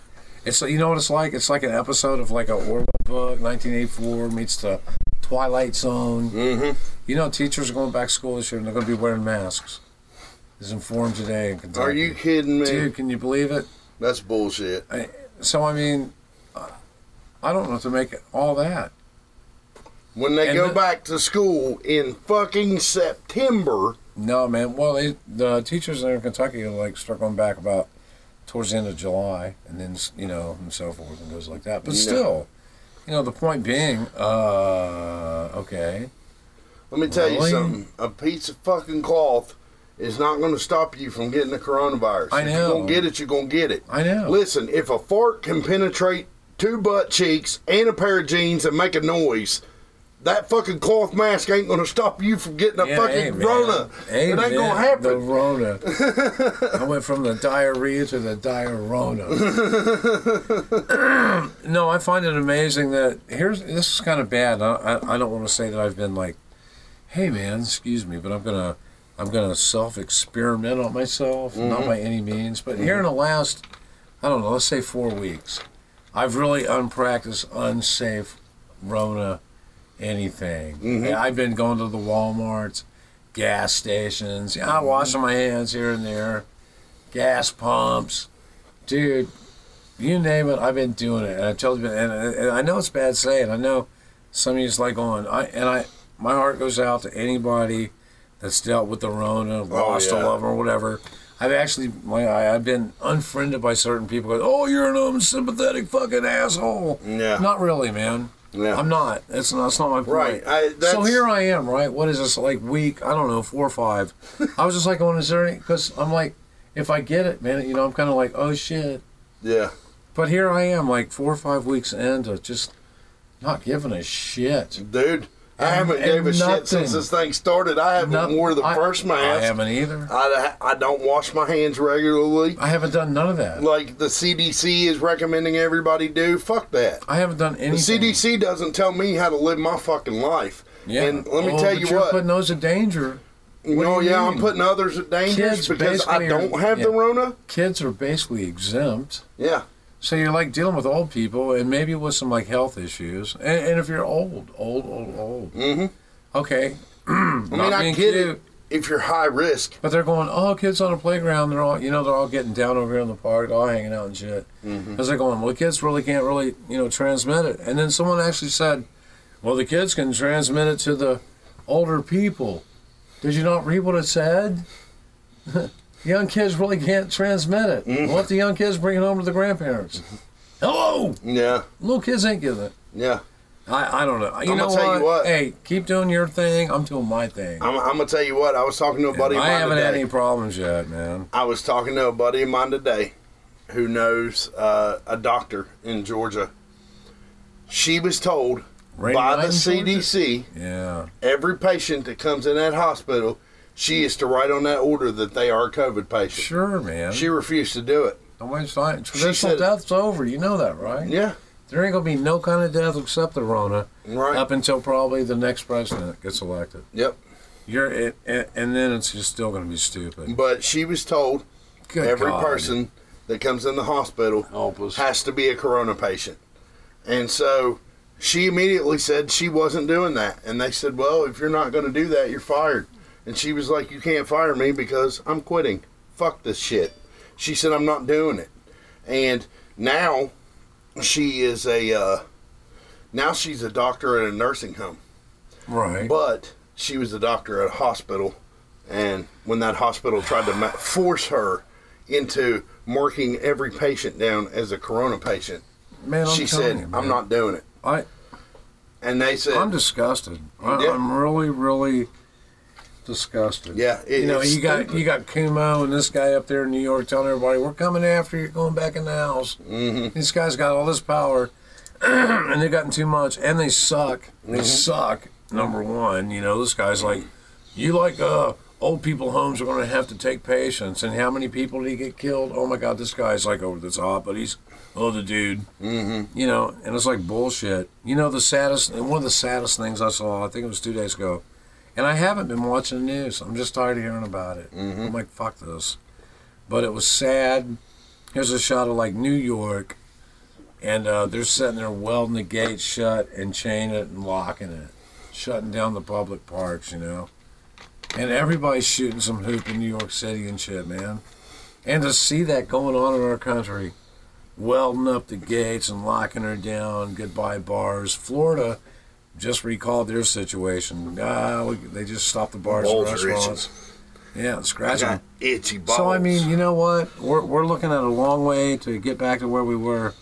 Speaker 4: It's you know what it's like? It's like an episode of like a Orwell book, 1984 meets the Twilight Zone.
Speaker 1: Mm-hmm.
Speaker 4: You know, teachers are going back to school this year and they're going to be wearing masks. Is informed today in Kentucky.
Speaker 1: Are you kidding me?
Speaker 4: Dude, can you believe it?
Speaker 1: That's bullshit.
Speaker 4: So I mean, I I don't know what to make it all that.
Speaker 1: When they
Speaker 4: And
Speaker 1: go
Speaker 4: the-
Speaker 1: back to school in fucking September.
Speaker 4: No, man. Well, they, the teachers there in Kentucky are like start going back about towards the end of July, and then you know, and so forth, and goes like that. But
Speaker 1: Yeah.
Speaker 4: still, you know, the point being, uh, okay,
Speaker 1: Let me tell
Speaker 4: Really?
Speaker 1: you something. A piece of fucking cloth is not going to stop you from getting the coronavirus.
Speaker 4: I
Speaker 1: If you're
Speaker 4: know.
Speaker 1: going to get it, you're going to get it.
Speaker 4: I know.
Speaker 1: Listen, if a fart can penetrate two butt cheeks and a pair of jeans and make a noise, that fucking cloth mask ain't going to stop you from getting a
Speaker 4: Yeah,
Speaker 1: fucking
Speaker 4: hey, man.
Speaker 1: Rona.
Speaker 4: Hey,
Speaker 1: it ain't
Speaker 4: man,
Speaker 1: going to happen.
Speaker 4: The
Speaker 1: [LAUGHS]
Speaker 4: Rona. I went from the diarrhea to the diarrhona. no, I find it amazing that here's this is kind of bad. I, I, I don't want to say that I've been like, hey man, excuse me, but I'm gonna I'm gonna self experiment on myself,
Speaker 1: Mm-hmm.
Speaker 4: not by any means. But here in the last, I don't know, let's say four weeks, I've really unpracticed unsafe Rona anything.
Speaker 1: Mm-hmm.
Speaker 4: Yeah, I've been going to the WalMarts, gas stations. Yeah, I'm washing my hands here and there, gas pumps, dude. You name it, I've been doing it. And I told you, and, and I know it's bad saying. I know some of you's like going, I and I, my heart goes out to anybody that's dealt with the Rona, lost
Speaker 1: Oh, yeah.
Speaker 4: a lover, or whatever. I've actually, my, I, I've been unfriended by certain people. Going, oh, you're an unsympathetic fucking asshole.
Speaker 1: Yeah.
Speaker 4: Not really, man.
Speaker 1: Yeah.
Speaker 4: I'm not. That's not. That's not my point.
Speaker 1: Right. I-
Speaker 4: so
Speaker 1: that's-
Speaker 4: here I am. Right. What is this like? Week? I don't know. Four
Speaker 1: [LAUGHS]
Speaker 4: or five. I was just like, going, is there any? Because I'm like, if I get it, man, you know, I'm kind of like, oh shit.
Speaker 1: yeah.
Speaker 4: But here I am, like four or five weeks into just not giving a shit.
Speaker 1: Dude, I
Speaker 4: And-
Speaker 1: haven't
Speaker 4: and
Speaker 1: gave a
Speaker 4: nothing.
Speaker 1: shit since this thing started. I haven't
Speaker 4: Not-
Speaker 1: wore the
Speaker 4: I-
Speaker 1: first
Speaker 4: I
Speaker 1: mask.
Speaker 4: haven't either.
Speaker 1: I, I don't wash my hands regularly.
Speaker 4: I haven't done none of that.
Speaker 1: Like the CDC is recommending everybody do. Fuck that.
Speaker 4: I haven't done
Speaker 1: The
Speaker 4: anything.
Speaker 1: CDC doesn't tell me how to live my fucking life.
Speaker 4: Yeah.
Speaker 1: And let me
Speaker 4: Oh,
Speaker 1: tell
Speaker 4: but
Speaker 1: you
Speaker 4: you're
Speaker 1: what.
Speaker 4: putting those in danger. what
Speaker 1: no,
Speaker 4: do you
Speaker 1: yeah, I'm
Speaker 4: mean?
Speaker 1: putting others at danger
Speaker 4: Kids
Speaker 1: because I
Speaker 4: basically
Speaker 1: don't
Speaker 4: are-
Speaker 1: have the
Speaker 4: yeah.
Speaker 1: Rona.
Speaker 4: Kids are basically exempt.
Speaker 1: Yeah.
Speaker 4: So you're like dealing with old people and maybe with some like health issues. And, and if you're old, old, old, old,
Speaker 1: Mm-hmm.
Speaker 4: okay. [CLEARS THROAT]
Speaker 1: I mean, I get it if you're high risk.
Speaker 4: But they're going, oh, kids on a playground, they're all, you know, they're all getting down over here in the park, they're all hanging out and shit.
Speaker 1: Mm-hmm.
Speaker 4: Because they're going, well, kids really can't really, you know, transmit it. And then someone actually said, well, the kids can transmit it to the older people. Did you not read what it said? [LAUGHS] young kids really can't transmit it.
Speaker 1: Mm-hmm.
Speaker 4: What the young kids bring it home to the grandparents? Hello,
Speaker 1: Yeah.
Speaker 4: little kids ain't getting it.
Speaker 1: Yeah.
Speaker 4: I, I don't know. You
Speaker 1: I'm gonna
Speaker 4: know
Speaker 1: tell
Speaker 4: what?
Speaker 1: you what.
Speaker 4: Hey, keep doing your thing. I'm doing my thing.
Speaker 1: I'm, I'm going to tell you what. I was talking to a buddy of
Speaker 4: I
Speaker 1: mine
Speaker 4: haven't
Speaker 1: today.
Speaker 4: had any problems yet, man.
Speaker 1: I was talking to a buddy of mine today who knows uh, a doctor in Georgia. She was told
Speaker 4: Ray
Speaker 1: by the
Speaker 4: Lyons, Georgia?
Speaker 1: CDC
Speaker 4: Yeah.
Speaker 1: every patient that comes in that hospital, she is to write on that order that they are a COVID patient.
Speaker 4: Sure, man.
Speaker 1: She refused to do it.
Speaker 4: Nobody's fighting.
Speaker 1: said-
Speaker 4: Traditional death's over. You know that, right?
Speaker 1: Yeah,
Speaker 4: There ain't gonna be no kind of death except the Rona
Speaker 1: right.
Speaker 4: up until probably the next president gets elected.
Speaker 1: Yep.
Speaker 4: You're it, and, and then it's just still gonna be stupid.
Speaker 1: But she was told
Speaker 4: Good
Speaker 1: every
Speaker 4: God.
Speaker 1: person that comes in the hospital
Speaker 4: Help us.
Speaker 1: has to be a corona patient. And so she immediately said she wasn't doing that. And they said, Well, if you're not going to do that, you're fired. And she was like, You can't fire me because I'm quitting. Fuck this shit. She said, I'm not doing it. And now she is a, uh, now she's a doctor at a nursing home.
Speaker 4: Right.
Speaker 1: But she was a doctor at a hospital, and when that hospital tried to ma- force her into marking every patient down as a corona patient,
Speaker 4: man, I'm
Speaker 1: she
Speaker 4: telling
Speaker 1: said,
Speaker 4: you, man.
Speaker 1: "I'm not doing it."
Speaker 4: I
Speaker 1: And they said,
Speaker 4: I'm disgusted. I,
Speaker 1: Yeah.
Speaker 4: I'm really, really disgusted.
Speaker 1: "Yeah, it,
Speaker 4: You know,
Speaker 1: it's
Speaker 4: you got
Speaker 1: stupid.
Speaker 4: you got Kumo and this guy up there in New York telling everybody, "We're coming after you. Going back in the house." Mm-hmm. This guy's got all this power, [CLEARS THROAT] and they've gotten too much, and they suck.
Speaker 1: Mm-hmm.
Speaker 4: They suck. Number one, you know, this guy's like, "You like uh, old people homes are going to have to take patients." And how many people did he get killed? Oh my God, this guy's like over the top, but he's oh the dude. Mm-hmm. You know, and it's like bullshit. You know, the saddest and one of the saddest things I saw, I think it was two days ago. And I haven't been watching the news. I'm just tired of hearing about it. I'm like, fuck this. But it was sad. Here's a shot of like New York, and uh, they're sitting there welding the gate shut and chaining it and locking it, shutting down the public parks, you know. And everybody's shooting some hoop in New York City and shit, man. And to see that going on in our country, welding up the gates and locking her down, goodbye bars. Florida just recalled their situation. Ah, we- they just stopped the bars and
Speaker 1: Balls are itching.
Speaker 4: restaurants. Yeah,
Speaker 1: I
Speaker 4: scratch them.
Speaker 1: got itchy balls."
Speaker 4: So I mean, you know what? We're we're looking at a long way to get back to where we were,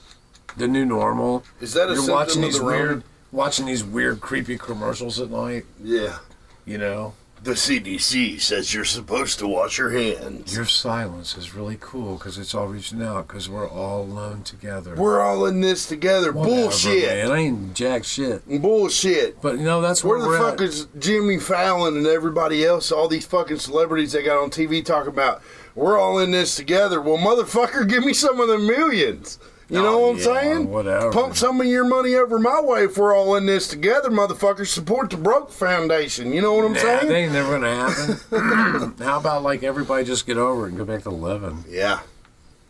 Speaker 4: the new normal.
Speaker 1: Is that a
Speaker 4: You're
Speaker 1: symptom
Speaker 4: watching
Speaker 1: of
Speaker 4: these
Speaker 1: the
Speaker 4: weird,
Speaker 1: road?
Speaker 4: watching these weird, creepy commercials at night.
Speaker 1: yeah.
Speaker 4: You know,
Speaker 1: The CDC says you're supposed to wash your hands.
Speaker 4: your silence is really cool because it's all reaching out because we're all alone together.
Speaker 1: We're all in this together.
Speaker 4: Whatever,
Speaker 1: Bullshit.
Speaker 4: man. It ain't jack shit.
Speaker 1: Bullshit.
Speaker 4: But you know that's where,
Speaker 1: Where the
Speaker 4: we're
Speaker 1: fuck
Speaker 4: at.
Speaker 1: is Jimmy Fallon and everybody else, all these fucking celebrities they got on TV talking about? We're all in this together. Well, motherfucker, [LAUGHS] give me some of the millions. You know
Speaker 4: Oh,
Speaker 1: what I'm
Speaker 4: yeah,
Speaker 1: saying?
Speaker 4: whatever.
Speaker 1: Pump some of your money over my way if we're all in this together, motherfucker. Support the Broke Foundation. You know what I'm
Speaker 4: Nah,
Speaker 1: saying?
Speaker 4: that ain't never gonna happen. [CLEARS THROAT] How about like everybody just get over it and go back to living?
Speaker 1: yeah.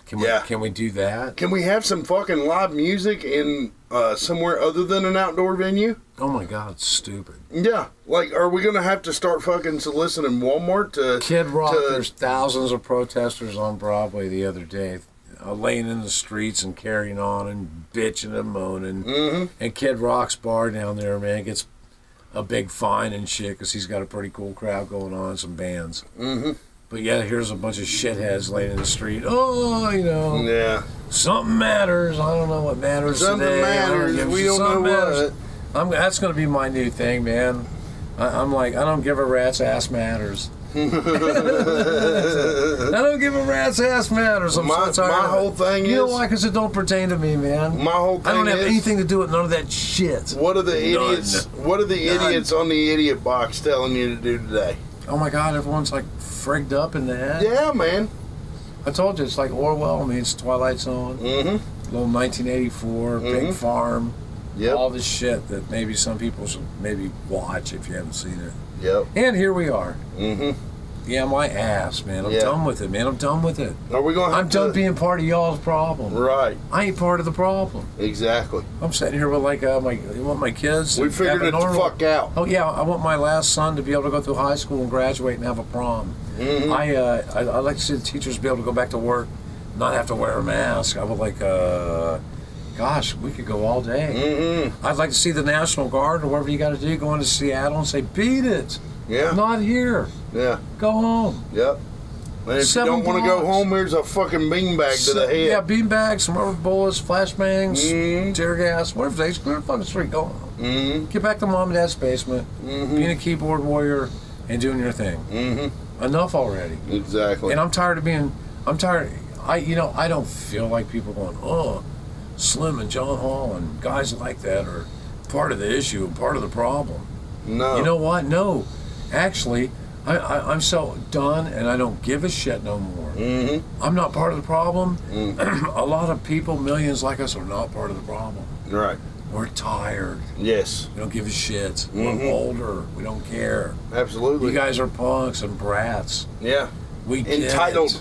Speaker 4: Can we?
Speaker 1: Yeah.
Speaker 4: Can we do that?
Speaker 1: Can we have some fucking live music in uh, somewhere other than an outdoor venue?
Speaker 4: Oh my God, it's stupid.
Speaker 1: Yeah. Like, are we gonna have to start fucking soliciting Walmart to
Speaker 4: Kid Rock,
Speaker 1: to-
Speaker 4: there's thousands of protesters on Broadway the other day, uh, laying in the streets and carrying on and bitching and moaning.
Speaker 1: Mm-hmm.
Speaker 4: And Kid Rock's bar down there, man, gets a big fine and shit because he's got a pretty cool crowd going on, some bands. Mm-hmm. But yeah, here's a bunch of shitheads laying in the street. Oh, you know,
Speaker 1: Yeah.
Speaker 4: something matters. I don't know what matters
Speaker 1: Something
Speaker 4: today. I don't
Speaker 1: matters.
Speaker 4: give a
Speaker 1: We
Speaker 4: shit.
Speaker 1: don't
Speaker 4: Something
Speaker 1: know
Speaker 4: matters.
Speaker 1: what.
Speaker 4: I'm, that's going to be my new thing, man. I, I'm like, I don't give a rat's ass matters.
Speaker 1: [LAUGHS]
Speaker 4: [LAUGHS] I don't give a rat's ass matters. I'm
Speaker 1: My-
Speaker 4: so tired.
Speaker 1: my
Speaker 4: of it.
Speaker 1: whole thing
Speaker 4: you know
Speaker 1: is-
Speaker 4: why? Because it don't pertain to me, man.
Speaker 1: My whole
Speaker 4: I don't
Speaker 1: thing
Speaker 4: have
Speaker 1: is-
Speaker 4: anything to do with none of that shit.
Speaker 1: What are the idiots? What are the
Speaker 4: None.
Speaker 1: idiots on the idiot box telling you to do today?
Speaker 4: Oh my God, everyone's like frigged up in that.
Speaker 1: Yeah, man.
Speaker 4: I told you, it's like Orwell meets Twilight Zone.
Speaker 1: Mm-hmm.
Speaker 4: Little 1984, Big Farm, all
Speaker 1: Yep.
Speaker 4: this shit that maybe some people should maybe watch if you haven't seen it.
Speaker 1: Yep.
Speaker 4: And here we are.
Speaker 1: Mm-hmm.
Speaker 4: Yeah, my ass, man. I'm
Speaker 1: Yeah.
Speaker 4: done with it, man. I'm done with it.
Speaker 1: Are we gonna? Have
Speaker 4: I'm done
Speaker 1: to-
Speaker 4: being part of y'all's problem.
Speaker 1: Right.
Speaker 4: I ain't part of the problem.
Speaker 1: Exactly.
Speaker 4: I'm sitting here with like uh, my, you want my kids?
Speaker 1: We
Speaker 4: to have
Speaker 1: figured
Speaker 4: a
Speaker 1: it the
Speaker 4: normal-
Speaker 1: fuck out.
Speaker 4: Oh yeah, I want my last son to be able to go through high school and graduate and have a prom.
Speaker 1: Mm-hmm.
Speaker 4: I, uh, I I like to see the teachers be able to go back to work, not have to wear a mask. I would like, uh, gosh, we could go all day.
Speaker 1: Mm-hmm.
Speaker 4: I'd like to see the National Guard or whatever you got to do, go into Seattle and say, beat it,
Speaker 1: Yeah.
Speaker 4: not here,
Speaker 1: Yeah.
Speaker 4: go home.
Speaker 1: Yep. And if
Speaker 4: Seven
Speaker 1: you don't want to go
Speaker 4: blocks.
Speaker 1: home, here's a fucking beanbag to the head.
Speaker 4: Yeah, beanbags, some rubber bullets, flashbangs,
Speaker 1: Mhm.
Speaker 4: tear gas, whatever they clear the fucking street. Go on.
Speaker 1: Mm-hmm.
Speaker 4: Get back to mom and dad's basement, being a keyboard warrior and doing your thing.
Speaker 1: Mm-hmm.
Speaker 4: Enough already.
Speaker 1: Exactly.
Speaker 4: And I'm tired of being I'm tired I you know I don't feel like people going oh, Slim and John Hall and guys like that are part of the issue and part of the problem.
Speaker 1: No.
Speaker 4: You know what? No, actually, I, I I'm so done and I don't give a shit no more. Mm-hmm. I'm not part of the problem.
Speaker 1: Mm.
Speaker 4: [CLEARS THROAT] a lot of people, millions like us, are not part of the problem.
Speaker 1: Right.
Speaker 4: We're tired.
Speaker 1: Yes.
Speaker 4: We don't give a shit.
Speaker 1: Mm-hmm.
Speaker 4: We're older. We don't care.
Speaker 1: Absolutely.
Speaker 4: You guys are punks and brats.
Speaker 1: yeah.
Speaker 4: We get it.
Speaker 1: Entitled.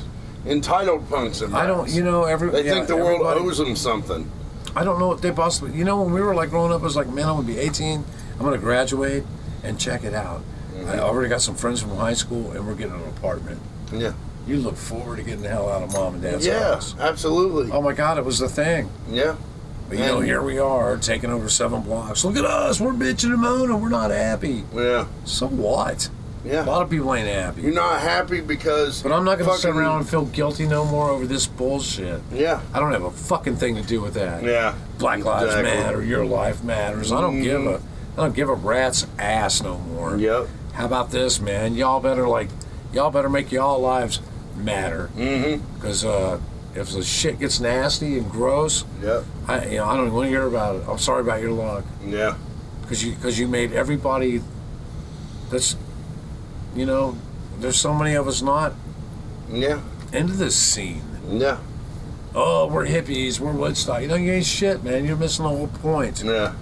Speaker 1: Entitled punks and
Speaker 4: I don't. You know, every
Speaker 1: They
Speaker 4: yeah,
Speaker 1: think the world
Speaker 4: everybody-
Speaker 1: owes them something.
Speaker 4: I don't know what they possibly. You know, when we were like growing up, it was like, man, I'm gonna be 18. I'm gonna graduate and check it out.
Speaker 1: Mm-hmm.
Speaker 4: I already got some friends from high school, and we're getting an apartment.
Speaker 1: Yeah.
Speaker 4: You look forward to getting the hell out of mom and dad's
Speaker 1: yeah.
Speaker 4: house.
Speaker 1: Absolutely.
Speaker 4: Oh my God, it was the thing.
Speaker 1: Yeah.
Speaker 4: But you know,
Speaker 1: And-
Speaker 4: here we are taking over seven blocks. Look at us, we're bitching and moaning, we're not happy.
Speaker 1: Yeah.
Speaker 4: So what? A
Speaker 1: Yeah.
Speaker 4: lot of people ain't happy.
Speaker 1: You're not happy because.
Speaker 4: But I'm not gonna sit
Speaker 1: fucking-
Speaker 4: around and feel guilty no more over this bullshit.
Speaker 1: Yeah.
Speaker 4: I don't have a fucking thing to do with that.
Speaker 1: Yeah.
Speaker 4: Black lives
Speaker 1: Exactly. Mm-hmm.
Speaker 4: matter, your life matters. I don't give a I don't give a rat's ass no more.
Speaker 1: Yep.
Speaker 4: How about this, man? Y'all better like y'all better make y'all lives matter. Mm-hmm. Cause uh, if the shit gets nasty and gross,
Speaker 1: Yep.
Speaker 4: I you know I don't want to hear about it. I'm sorry about your luck.
Speaker 1: Yeah.
Speaker 4: Cause you cause you made everybody that's you know there's so many of us not
Speaker 1: Yeah.
Speaker 4: into this scene.
Speaker 1: Yeah.
Speaker 4: Oh, we're hippies. We're Woodstock. You know, you ain't shit, man. You're missing the whole point.
Speaker 1: Yeah.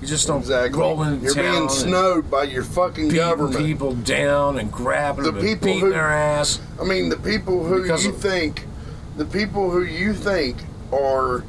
Speaker 4: You just don't
Speaker 1: Exactly.
Speaker 4: roll into
Speaker 1: You're
Speaker 4: town
Speaker 1: being snowed by your fucking
Speaker 4: and beating
Speaker 1: government.
Speaker 4: people down and grabbing
Speaker 1: The
Speaker 4: them and
Speaker 1: people
Speaker 4: beating
Speaker 1: who-
Speaker 4: their ass.
Speaker 1: I mean, the people who
Speaker 4: Because
Speaker 1: you
Speaker 4: of-
Speaker 1: think, the people who you think are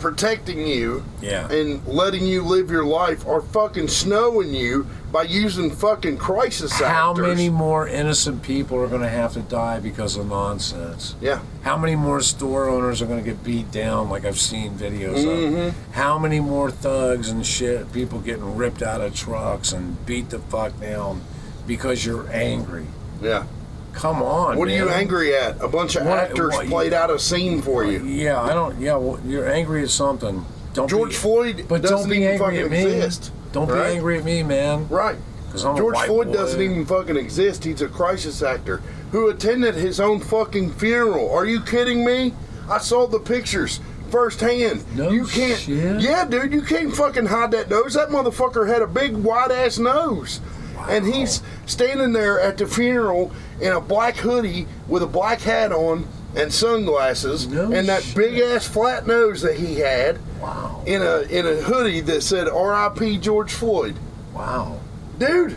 Speaker 1: protecting you
Speaker 4: Yeah.
Speaker 1: and letting you live your life are fucking snowing you by using fucking crisis
Speaker 4: How
Speaker 1: actors.
Speaker 4: many more innocent people are going to have to die because of nonsense?
Speaker 1: Yeah.
Speaker 4: How many more store owners are going to get beat down like I've seen videos of?
Speaker 1: Mm-hmm.
Speaker 4: How many more thugs and shit, people getting ripped out of trucks and beat the fuck down because you're angry?
Speaker 1: Yeah.
Speaker 4: Come on.
Speaker 1: What are you
Speaker 4: man.
Speaker 1: angry at? A bunch of
Speaker 4: What-
Speaker 1: actors
Speaker 4: what-
Speaker 1: played out a scene for you.
Speaker 4: Yeah, I don't. Yeah, well, you're angry at something. Don't
Speaker 1: George
Speaker 4: be,
Speaker 1: Floyd
Speaker 4: but
Speaker 1: doesn't
Speaker 4: don't be
Speaker 1: even
Speaker 4: angry
Speaker 1: fucking
Speaker 4: at me.
Speaker 1: exist.
Speaker 4: Don't
Speaker 1: right?
Speaker 4: be angry at me, man.
Speaker 1: Right.
Speaker 4: 'Cause I'm a
Speaker 1: George
Speaker 4: white
Speaker 1: Floyd
Speaker 4: boy.
Speaker 1: doesn't even fucking exist. He's a crisis actor who attended his own fucking funeral. Are you kidding me? I saw the pictures firsthand.
Speaker 4: No
Speaker 1: you can't.
Speaker 4: shit.
Speaker 1: Yeah, dude, you can't fucking hide that nose. That motherfucker had a big wide ass nose. And he's standing there at the funeral in a black hoodie with a black hat on and sunglasses
Speaker 4: No
Speaker 1: and that
Speaker 4: shit.
Speaker 1: big ass flat nose that he had
Speaker 4: Wow.
Speaker 1: in a in a hoodie that said RIP George Floyd.
Speaker 4: Wow.
Speaker 1: Dude,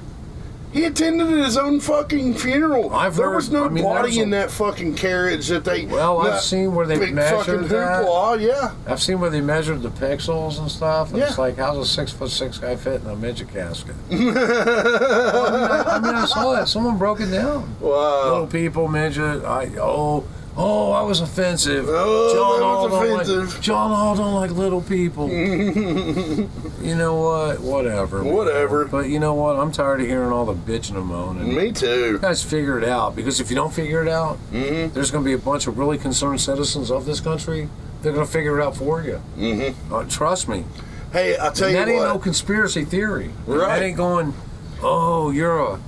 Speaker 1: he attended his own fucking funeral.
Speaker 4: I've
Speaker 1: there
Speaker 4: heard-
Speaker 1: was no
Speaker 4: I mean,
Speaker 1: body
Speaker 4: there's a-
Speaker 1: in that fucking carriage that they.
Speaker 4: Well, I've
Speaker 1: that
Speaker 4: seen where they've
Speaker 1: big
Speaker 4: measured
Speaker 1: fucking
Speaker 4: that.
Speaker 1: hoopla. Yeah,
Speaker 4: I've seen where they measured the pixels and stuff. And It's
Speaker 1: Yeah.
Speaker 4: like, how's a six foot six guy fit in a midget
Speaker 1: [LAUGHS]
Speaker 4: casket? Well, I, mean, I, I mean, I saw that. Someone broke it down.
Speaker 1: wow.
Speaker 4: Little people, midget. I oh oh, I was offensive.
Speaker 1: Oh, that was
Speaker 4: don't like-
Speaker 1: offensive.
Speaker 4: John Hall don't like
Speaker 1: [LAUGHS]
Speaker 4: little people. you know what? Whatever. man.
Speaker 1: Whatever.
Speaker 4: But you know what? I'm tired of hearing all the bitching and moaning.
Speaker 1: Me too.
Speaker 4: You guys figure it out because if you don't figure it out,
Speaker 1: Mm-hmm.
Speaker 4: there's going to be a bunch of really concerned citizens of this country. They're going to figure it out for you. Mm-hmm. Uh, trust me.
Speaker 1: Hey, I tell
Speaker 4: And that
Speaker 1: you
Speaker 4: ain't
Speaker 1: what.
Speaker 4: no conspiracy theory. And
Speaker 1: Right.
Speaker 4: That ain't going, oh, you're a.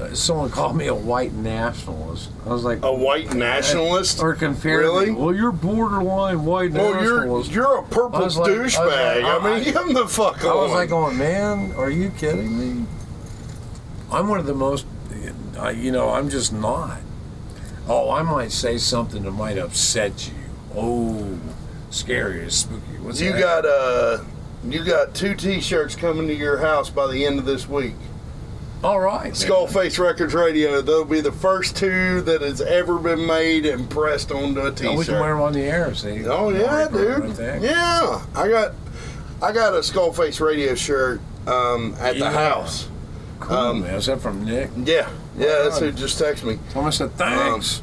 Speaker 4: uh, Someone called me a white nationalist. I was like,
Speaker 1: a white nationalist.
Speaker 4: or compared.
Speaker 1: Oh, Really?
Speaker 4: Well, you're borderline white
Speaker 1: well, you're
Speaker 4: nationalist.
Speaker 1: you're a purple
Speaker 4: I was like- I was like,
Speaker 1: douchebag. I,
Speaker 4: I-
Speaker 1: mean, [LAUGHS] give him the fuck
Speaker 4: I
Speaker 1: on.
Speaker 4: was like, going, man, are you kidding me? I'm one of the most, I, you know, I'm just not. Oh, I might say something that might upset you. Oh, scary, spooky. What's
Speaker 1: you
Speaker 4: that?
Speaker 1: got uh, you got two T-shirts coming to your house by the end of this week.
Speaker 4: All right. man.
Speaker 1: Skullface Records Radio. They'll be the first two that has ever been made and pressed onto a T-shirt.
Speaker 4: Oh, we can wear them on the air. See?
Speaker 1: Oh yeah,
Speaker 4: Right there,
Speaker 1: dude.
Speaker 4: right there.
Speaker 1: Yeah, I got I got a Skullface Radio shirt um, at
Speaker 4: Yeah.
Speaker 1: the house.
Speaker 4: Cool,
Speaker 1: Um,
Speaker 4: man. Is that from Nick?
Speaker 1: Yeah, yeah, that's who
Speaker 4: Right.
Speaker 1: just texted me.
Speaker 4: Thomas said thanks.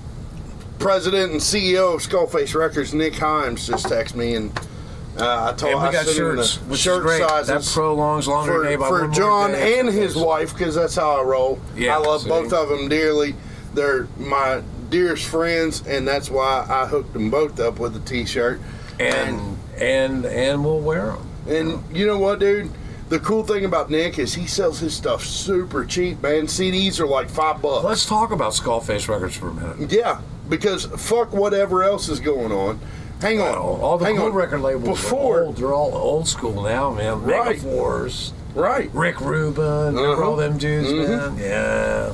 Speaker 1: President and CEO of Skullface Records, Nick Himes, just texted me, and uh, I told
Speaker 4: and we
Speaker 1: I
Speaker 4: got
Speaker 1: sent him the
Speaker 4: shirts, which
Speaker 1: shirt
Speaker 4: is great. That
Speaker 1: sizes.
Speaker 4: prolongs
Speaker 1: for,
Speaker 4: longer day by
Speaker 1: for
Speaker 4: one more
Speaker 1: John
Speaker 4: day.
Speaker 1: and his wife because that's how I roll.
Speaker 4: Yeah,
Speaker 1: I love
Speaker 4: see.
Speaker 1: both of them dearly. They're my dearest friends, and that's why I hooked them both up with a T-shirt.
Speaker 4: and and and we'll wear them. Oh.
Speaker 1: And you know what, dude? the cool thing about Nick is he sells his stuff super cheap, man. CDs are like five bucks.
Speaker 4: Let's talk about Skullface Records for a minute.
Speaker 1: Yeah, because fuck whatever else is going on. Hang on,
Speaker 4: Oh, All the
Speaker 1: hang
Speaker 4: cool
Speaker 1: on.
Speaker 4: record labels
Speaker 1: before,
Speaker 4: are old. They're all old school now, man.
Speaker 1: Right.
Speaker 4: Megaforce,
Speaker 1: right?
Speaker 4: Rick Rubin, remember
Speaker 1: Uh-huh. Mm-hmm.
Speaker 4: all them dudes, man? Yeah.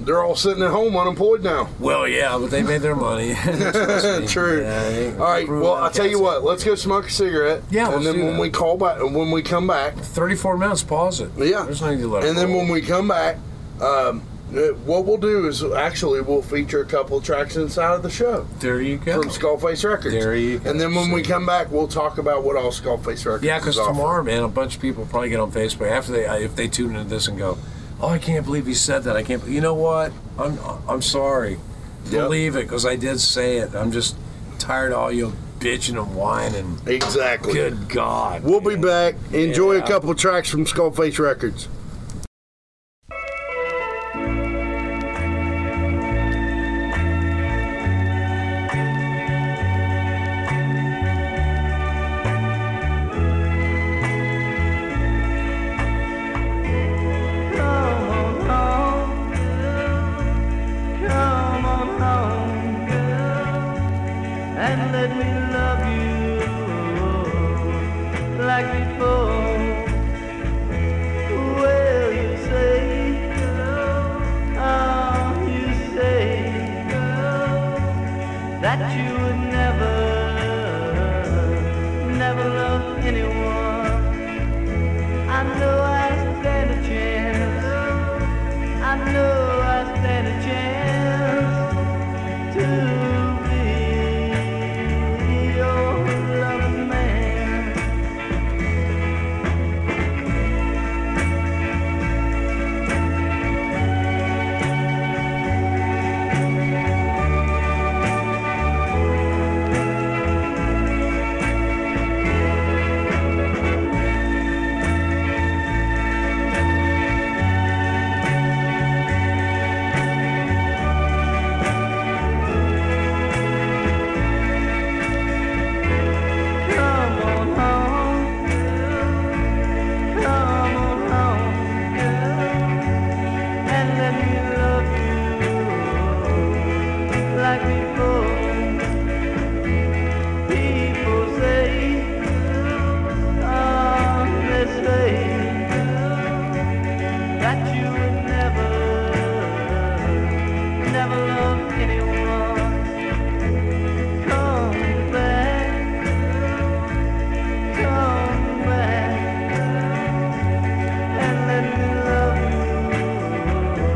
Speaker 1: They're all sitting at home unemployed now.
Speaker 4: Well, yeah, but they made their money. [LAUGHS] Trust
Speaker 1: [LAUGHS]
Speaker 4: me.
Speaker 1: True.
Speaker 4: Yeah, they-
Speaker 1: All right.
Speaker 4: Rubin
Speaker 1: Well, I'll tell you
Speaker 4: canceled.
Speaker 1: what. Let's go smoke a cigarette.
Speaker 4: Yeah,
Speaker 1: And
Speaker 4: let's
Speaker 1: then
Speaker 4: do
Speaker 1: when
Speaker 4: that.
Speaker 1: we call back, when we come back,
Speaker 4: 34 minutes, pause it.
Speaker 1: Yeah.
Speaker 4: There's no need to let it
Speaker 1: and then
Speaker 4: roll.
Speaker 1: when we come back, um, uh, what we'll do is actually we'll feature a couple of tracks inside of the show
Speaker 4: There you go.
Speaker 1: from Skullface Records.
Speaker 4: Oh. There you go.
Speaker 1: And then when we come back, we'll talk about what all Skullface Records.
Speaker 4: Yeah,
Speaker 1: because
Speaker 4: because tomorrow, man, a bunch of people probably get on Facebook after they if they tune into this and go, "Oh, I can't believe he said that. I can't." be-" You know what? I'm I'm sorry.
Speaker 1: Yep.
Speaker 4: Believe it, because I did say it. I'm just tired of all your bitching and whining.
Speaker 1: Exactly.
Speaker 4: Good God.
Speaker 1: We'll be
Speaker 4: man.
Speaker 1: back. Enjoy
Speaker 4: Yeah.
Speaker 1: a couple of tracks from Skullface Records.
Speaker 5: Come on home, girl, and let me love you like before. Well, you say girl, oh, you say girl, that you would never, never love anyone. I know I stand a chance. I know I stand a chance to be your loving man. Come on home, girl. Come on home, girl. And let me love you like before. People say, oh, they say, that you would never, never love anyone. Come back, come back, and let me love you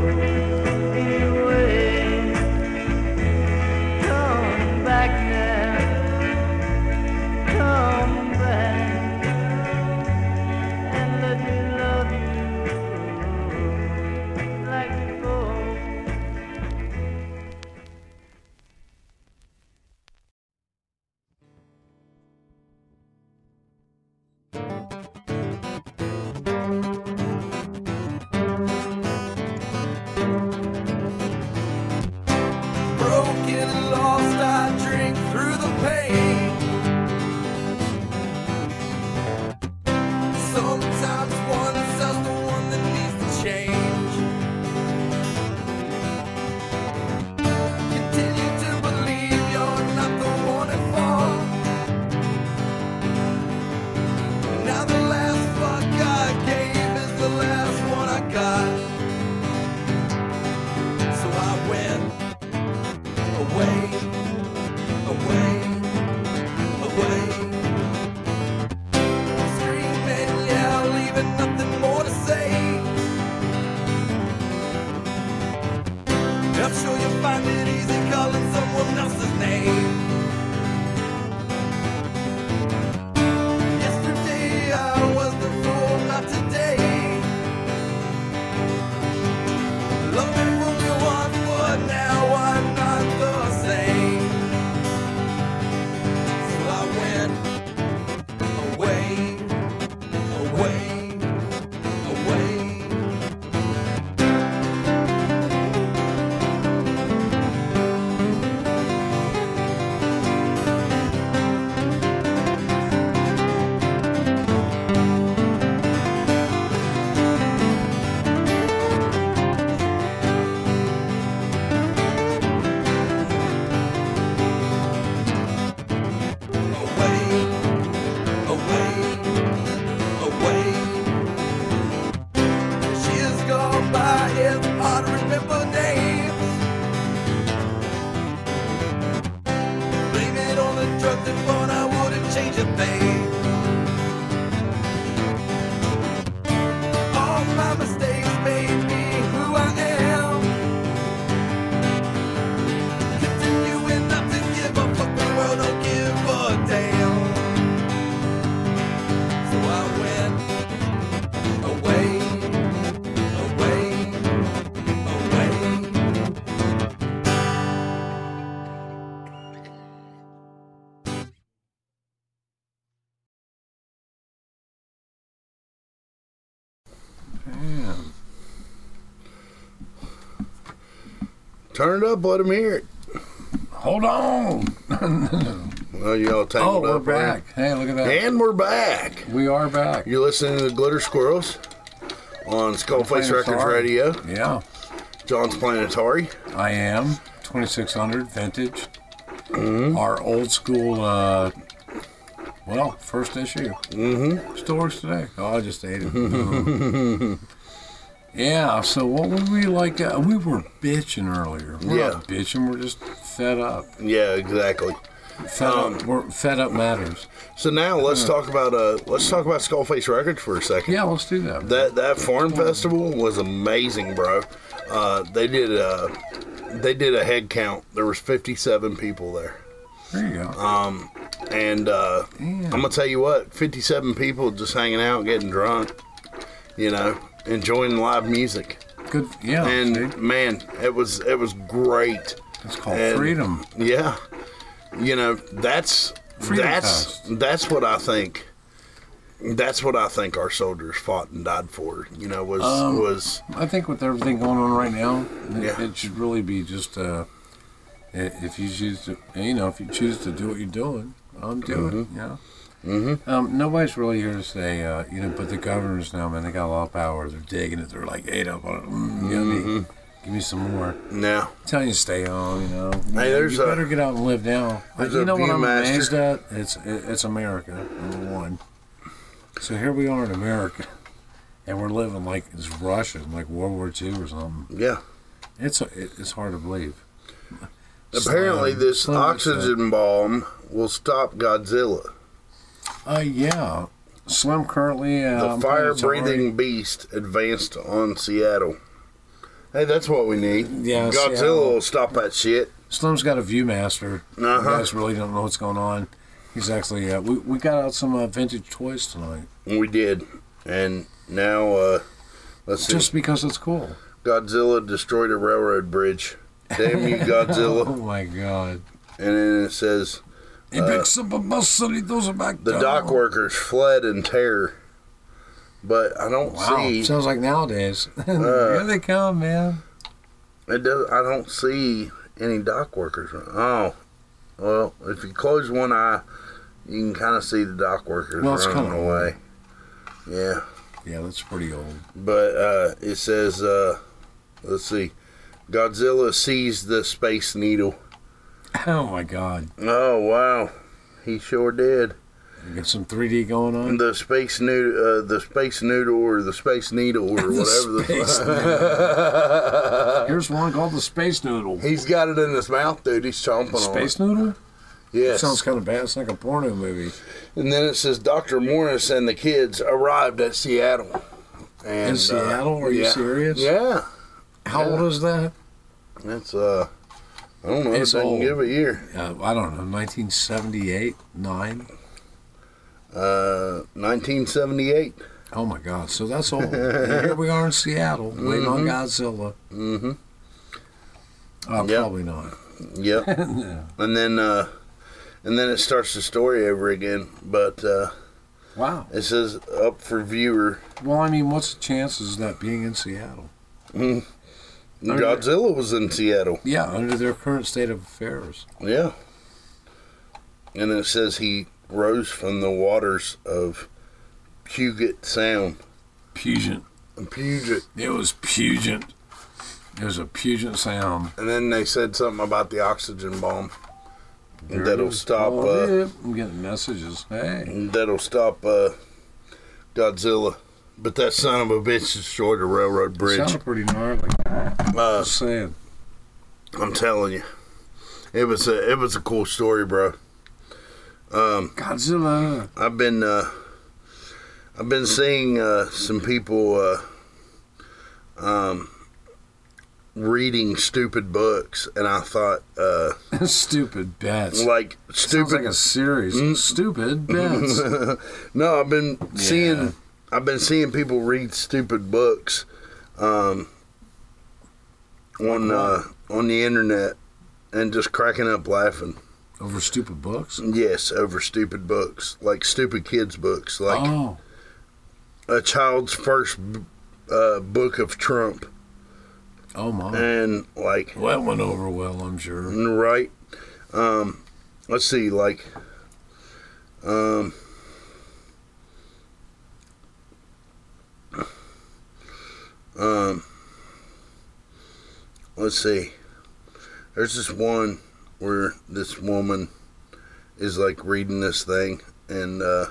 Speaker 5: anyway. Come back now, come back, and let me love you like before.
Speaker 6: broken and lost, I drink through the pain. Sometimes one sells the one that needs to change. Continue to believe you're not the one at fault. Now the last fuck I gave is the last one I got. So I went away, away, away. Screaming, yeah, leaving nothing more to say. I'm sure you'll find it easy calling someone else's name. Yesterday I was the fool, not today. Loving from you once, but now I'm not the same. So I went away, away, away.
Speaker 1: Turn it up, let him hear it.
Speaker 4: Hold on.
Speaker 1: Well, y'all
Speaker 4: Oh,
Speaker 1: tangled
Speaker 4: we're
Speaker 1: up. there.
Speaker 4: back. Hey, look at that.
Speaker 1: And we're back.
Speaker 4: We are back.
Speaker 1: You're listening to Glitter Squirrels on Skullface
Speaker 4: playing
Speaker 1: Records
Speaker 4: Atari.
Speaker 1: Radio.
Speaker 4: Yeah,
Speaker 1: John's playing Atari.
Speaker 4: I am. 2600 vintage.
Speaker 1: Mm-hmm.
Speaker 4: Our old school, uh, well, first issue. Mm-hmm. Still works today. Oh, I just ate it.
Speaker 1: [LAUGHS]
Speaker 4: yeah, so what would we like? Uh, we were bitching earlier. We're not bitching, we're just fed up.
Speaker 1: Yeah, exactly.
Speaker 4: Fed
Speaker 1: Um,
Speaker 4: up, we're, fed up matters.
Speaker 1: So now let's talk about uh let's talk about Skullface Records for a second.
Speaker 4: Yeah, let's do that.
Speaker 1: That that farm festival was amazing, bro. Uh, they did a they did a head count. There was 57 people there,
Speaker 4: There you go.
Speaker 1: uh, and uh, I'm gonna tell you what, 57 people just hanging out, getting drunk, you know, enjoying live music.
Speaker 4: Good. Yeah,
Speaker 1: And
Speaker 4: see?
Speaker 1: man, it was it was great.
Speaker 4: it's called
Speaker 1: and-
Speaker 4: freedom.
Speaker 1: Yeah, you know that's
Speaker 4: Freedom
Speaker 1: that's
Speaker 4: Fest.
Speaker 1: that's what I think. That's what I think our soldiers fought and died for. You know, was
Speaker 4: Um,
Speaker 1: was
Speaker 4: I think with everything going on right now, it,
Speaker 1: Yeah.
Speaker 4: it should really be just uh, i- if you choose to, you know, if you choose to do what you're doing, um, do it. You know. Mm-hmm. Um, nobody's really here to say, uh, you know, but the governors now, man, they got a lot of power. They're digging it. They're like, ate up on it. Mm, yummy. Give me some more.
Speaker 1: now.
Speaker 4: telling you to stay home, you know.
Speaker 1: Hey, there's
Speaker 4: you
Speaker 1: a-
Speaker 4: better get out and live now. But
Speaker 1: there's
Speaker 4: you
Speaker 1: a
Speaker 4: know what I'm
Speaker 1: Viewmaster.
Speaker 4: amazed at? It's it- it's America number one. So here we are in America, and we're living like it's Russia, like World War II or something.
Speaker 1: Yeah.
Speaker 4: It's a, it, it's hard to believe.
Speaker 1: Apparently,
Speaker 4: Slim-
Speaker 1: this
Speaker 4: slim mix up.
Speaker 1: oxygen bomb will stop Godzilla,
Speaker 4: Uh, yeah. Slim currently uh,
Speaker 1: the
Speaker 4: I'm playing
Speaker 1: fire
Speaker 4: Atari.
Speaker 1: breathing beast advanced on Seattle. Hey, that's what we need.
Speaker 4: Yeah,
Speaker 1: Godzilla
Speaker 4: Seattle.
Speaker 1: will stop that shit.
Speaker 4: Slim's got a ViewMaster.
Speaker 1: Uh-huh.
Speaker 4: You guys really don't know what's going on. He's actually uh, we we got out some uh, vintage toys tonight
Speaker 1: We did. And now, uh, let's see.
Speaker 4: just because it's cool.
Speaker 1: Godzilla destroyed a railroad bridge. Damn
Speaker 4: [LAUGHS]
Speaker 1: you,
Speaker 4: Oh
Speaker 1: Godzilla.
Speaker 4: my god.
Speaker 1: And then it says
Speaker 4: He picks up a bus and he throws it back
Speaker 1: Uh, the
Speaker 4: down.
Speaker 1: dock workers fled in terror. But I don't
Speaker 4: Wow,
Speaker 1: see.
Speaker 4: sounds like nowadays. [LAUGHS]
Speaker 1: Uh,
Speaker 4: Here they come, man.
Speaker 1: It does. I don't see any dock workers. Oh, well, if you close one eye, you can kind of see the dock workers
Speaker 4: Well, it's
Speaker 1: running
Speaker 4: kinda-
Speaker 1: away. Yeah,
Speaker 4: Yeah, that's pretty old.
Speaker 1: but uh, it says, uh, let's see, Godzilla sees the Space Needle.
Speaker 4: [LAUGHS] Oh my God,
Speaker 1: Oh wow, he sure did.
Speaker 4: we got some 3D going on.
Speaker 1: The Space Noodle, uh, the Space Noodle, or the Space Needle,
Speaker 4: [LAUGHS]
Speaker 1: or whatever the.
Speaker 4: space
Speaker 1: Uh,
Speaker 4: noodle. Here's one called the space noodle.
Speaker 1: [LAUGHS] He's got it in his mouth, dude. He's chomping
Speaker 4: Space
Speaker 1: on
Speaker 4: noodle?
Speaker 1: it. Yes.
Speaker 4: Sounds kind of bad. It's like a porno movie.
Speaker 1: And then it says Dr. Morris and the kids arrived at Seattle. And,
Speaker 4: In Seattle? Are you
Speaker 1: yeah.
Speaker 4: serious?
Speaker 1: Yeah.
Speaker 4: How old is that?
Speaker 1: That's uh I don't know
Speaker 4: It's
Speaker 1: if I can
Speaker 4: old.
Speaker 1: give a year.
Speaker 4: Uh, I don't know. 1978, nine.
Speaker 1: Uh nineteen seventy eight.
Speaker 4: Oh my God! So that's
Speaker 1: [LAUGHS]
Speaker 4: old. And here we are in Seattle, waiting on Godzilla.
Speaker 1: Mm-hmm.
Speaker 4: Mm-hmm. Uh,
Speaker 1: Yep.
Speaker 4: Probably not. [LAUGHS]
Speaker 1: Yep. And then uh and then it starts the story over again. But uh
Speaker 4: Wow.
Speaker 1: it says up for viewer.
Speaker 4: Well, I mean, what's the chances of that being in Seattle?
Speaker 1: Godzilla was in Seattle.
Speaker 4: Yeah, under their current state of affairs.
Speaker 1: Yeah. And it says he rose from the waters of Puget Sound.
Speaker 4: Puget.
Speaker 1: Puget.
Speaker 4: It was Puget. It was a Puget sound.
Speaker 1: And then they said something about the oxygen bomb. That'll stop.
Speaker 4: Oh,
Speaker 1: Uh,
Speaker 4: yeah. I'm getting messages. Hey.
Speaker 1: that'll stop uh, Godzilla. But that son of a bitch destroyed a railroad bridge.
Speaker 4: Sounded pretty gnarly.
Speaker 1: Uh,
Speaker 4: Just saying.
Speaker 1: I'm telling you, it was a it was a cool story, bro.
Speaker 4: Godzilla. [LAUGHS]
Speaker 1: I've been uh, I've been seeing uh, some people uh, um, reading stupid books, and I thought uh,
Speaker 4: Stupid bets.
Speaker 1: like
Speaker 4: Sounds
Speaker 1: stupid
Speaker 4: like a series.
Speaker 1: Mm. [LAUGHS]
Speaker 4: Stupid bets.
Speaker 1: No, I've been
Speaker 4: Yeah.
Speaker 1: seeing I've been seeing people read stupid books um, on uh, on the internet and just cracking up laughing.
Speaker 4: Over stupid books?
Speaker 1: Yes, over stupid books, like stupid kids books, like
Speaker 4: Oh.
Speaker 1: a child's first b- uh, book of Trump.
Speaker 4: Oh my.
Speaker 1: and like
Speaker 4: Well, that went over well, I'm [LAUGHS] sure.
Speaker 1: right. Um, let's see, like, um, um, let's see. There's this one where this woman is like reading this thing, and uh,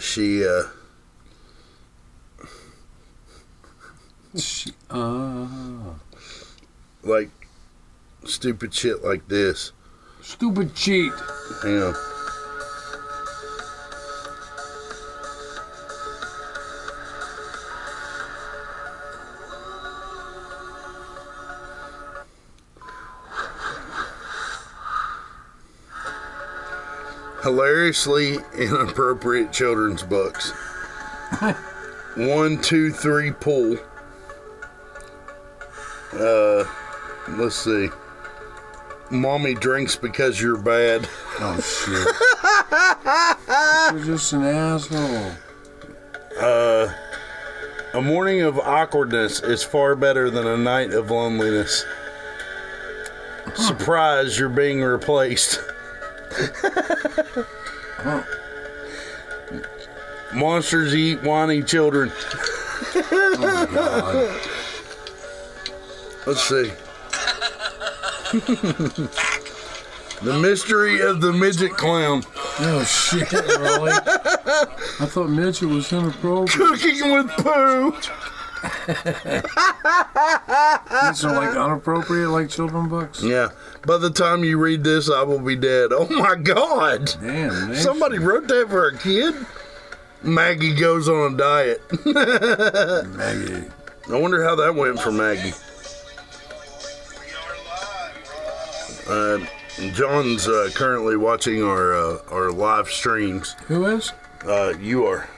Speaker 1: she uh,
Speaker 4: She, uh,
Speaker 1: like stupid shit like this.
Speaker 4: stupid cheat.
Speaker 1: Hang on. Hilariously inappropriate children's books. One, two, three, pull. Uh, let's see. Mommy drinks because you're bad. [LAUGHS]
Speaker 4: Oh shit. You're just an asshole.
Speaker 1: A morning of awkwardness is far better than a night of loneliness. Surprise, you're being replaced. Monsters eat whiny children. Oh, Let's see. [LAUGHS] the mystery of the midget clown.
Speaker 4: Oh shit, really? [LAUGHS] I thought Mitchell was inappropriate.
Speaker 1: Cooking with poo.
Speaker 4: These are like inappropriate, like children books.
Speaker 1: Yeah. By the time you read this, I will be dead. Oh my god.
Speaker 4: Damn, man.
Speaker 1: Somebody wrote that for a kid? Maggie goes on a diet. [LAUGHS]
Speaker 4: Maggie.
Speaker 1: I wonder how that went for Maggie. Uh, John's uh, currently watching our uh, our live streams.
Speaker 4: Who is?
Speaker 1: Uh, you are.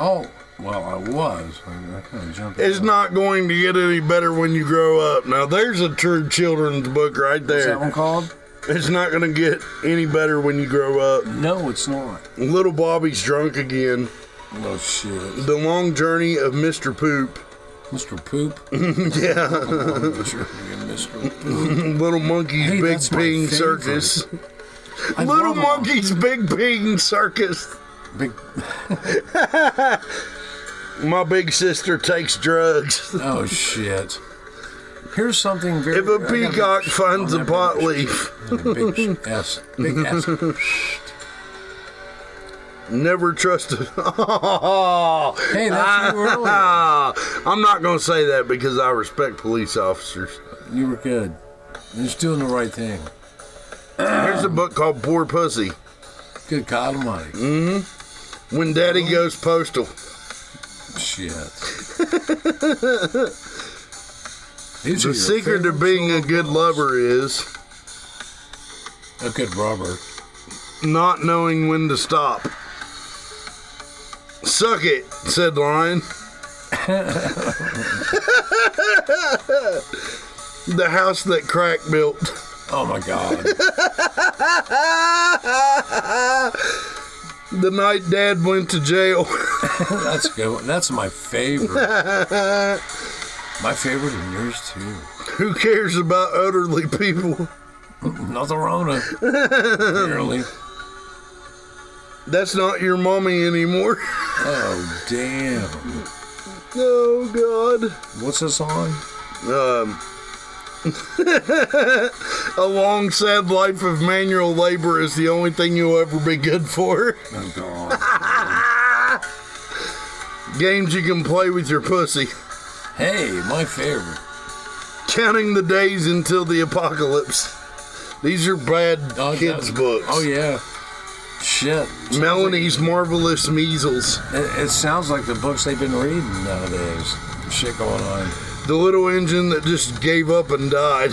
Speaker 4: Oh, well, I was. I, I kind of jumped.
Speaker 1: It's
Speaker 4: ahead.
Speaker 1: not going to get any better when you grow up. Now, there's a true children's book right
Speaker 4: What's that
Speaker 1: there.
Speaker 4: one called?
Speaker 1: It's not going to get any better when you grow up.
Speaker 4: No, it's not.
Speaker 1: Little Bobby's drunk again.
Speaker 4: Oh shit,
Speaker 1: The long journey of Mr. Poop. [LAUGHS]
Speaker 4: Mr. Poop.
Speaker 1: Yeah.
Speaker 4: I'm sure you're Mr. Poop.
Speaker 1: Little Monkey's
Speaker 4: Hey,
Speaker 1: Big
Speaker 4: that's my
Speaker 1: Ping
Speaker 4: favorite.
Speaker 1: Circus.
Speaker 4: I
Speaker 1: Little
Speaker 4: love him.
Speaker 1: Monkey's Big Ping Circus.
Speaker 4: Big.
Speaker 1: My big sister takes
Speaker 4: [LAUGHS]
Speaker 1: drugs.
Speaker 4: Oh shit. Here's something very.
Speaker 1: If a peacock finds a pot leaf,
Speaker 4: Big S. Big S.
Speaker 1: [LAUGHS] never trust a. [LAUGHS] Oh,
Speaker 4: Hey, that's you earlier.
Speaker 1: Ah, I'm not going to say that because I respect police officers.
Speaker 4: You were good. You're just doing the right thing.
Speaker 1: Here's a book called Poor Pussy
Speaker 4: Good God Almighty. Mm,
Speaker 1: When Daddy Goes Postal. [LAUGHS]
Speaker 4: Shit. These are
Speaker 1: The
Speaker 4: your
Speaker 1: secret to
Speaker 4: favorite-
Speaker 1: being a good lover is
Speaker 4: a good rubber.
Speaker 1: not knowing when to stop. Suck it, said Lion. [LAUGHS] the house that Crack built.
Speaker 4: Oh my God.
Speaker 1: The night Dad went to jail. [LAUGHS]
Speaker 4: That's a good. One. That's my favorite. my favorite and yours too.
Speaker 1: Who cares about elderly people?
Speaker 4: Not the Rona. Barely.
Speaker 1: That's not your mommy anymore. [LAUGHS]
Speaker 4: Oh damn.
Speaker 1: oh, God.
Speaker 4: What's this on?
Speaker 1: Um, [LAUGHS] A long, sad life of manual labor is the only thing you'll ever be good for.
Speaker 4: Oh God.
Speaker 1: [LAUGHS] Games you can play with your pussy.
Speaker 4: Hey, my favorite.
Speaker 1: Counting the days until the apocalypse. These are bad
Speaker 4: Oh,
Speaker 1: kids'
Speaker 4: that-
Speaker 1: books.
Speaker 4: Oh yeah. Shit.
Speaker 1: Melanie's Marvelous Measles.
Speaker 4: It, it sounds like the books they've been reading nowadays. Shit going on.
Speaker 1: The little engine that just gave up and died. [LAUGHS]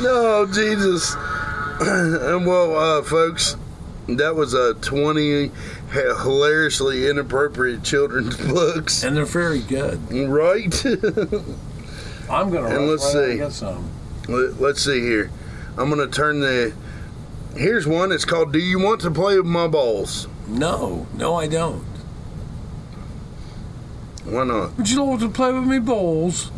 Speaker 1: no, Jesus. [CLEARS THROAT] And well, uh, folks, that was a 20 hilariously inappropriate children's [LAUGHS] books.
Speaker 4: And they're very good.
Speaker 1: Right? [LAUGHS]
Speaker 4: I'm gonna
Speaker 1: And
Speaker 4: rush
Speaker 1: let's
Speaker 4: right out
Speaker 1: see.
Speaker 4: get some.
Speaker 1: Let- Let's see here. I'm going to turn the. Here's one. It's called Do You Want to Play with My Balls?
Speaker 4: No, no, I don't.
Speaker 1: Why not?
Speaker 4: Would you like to play with me balls?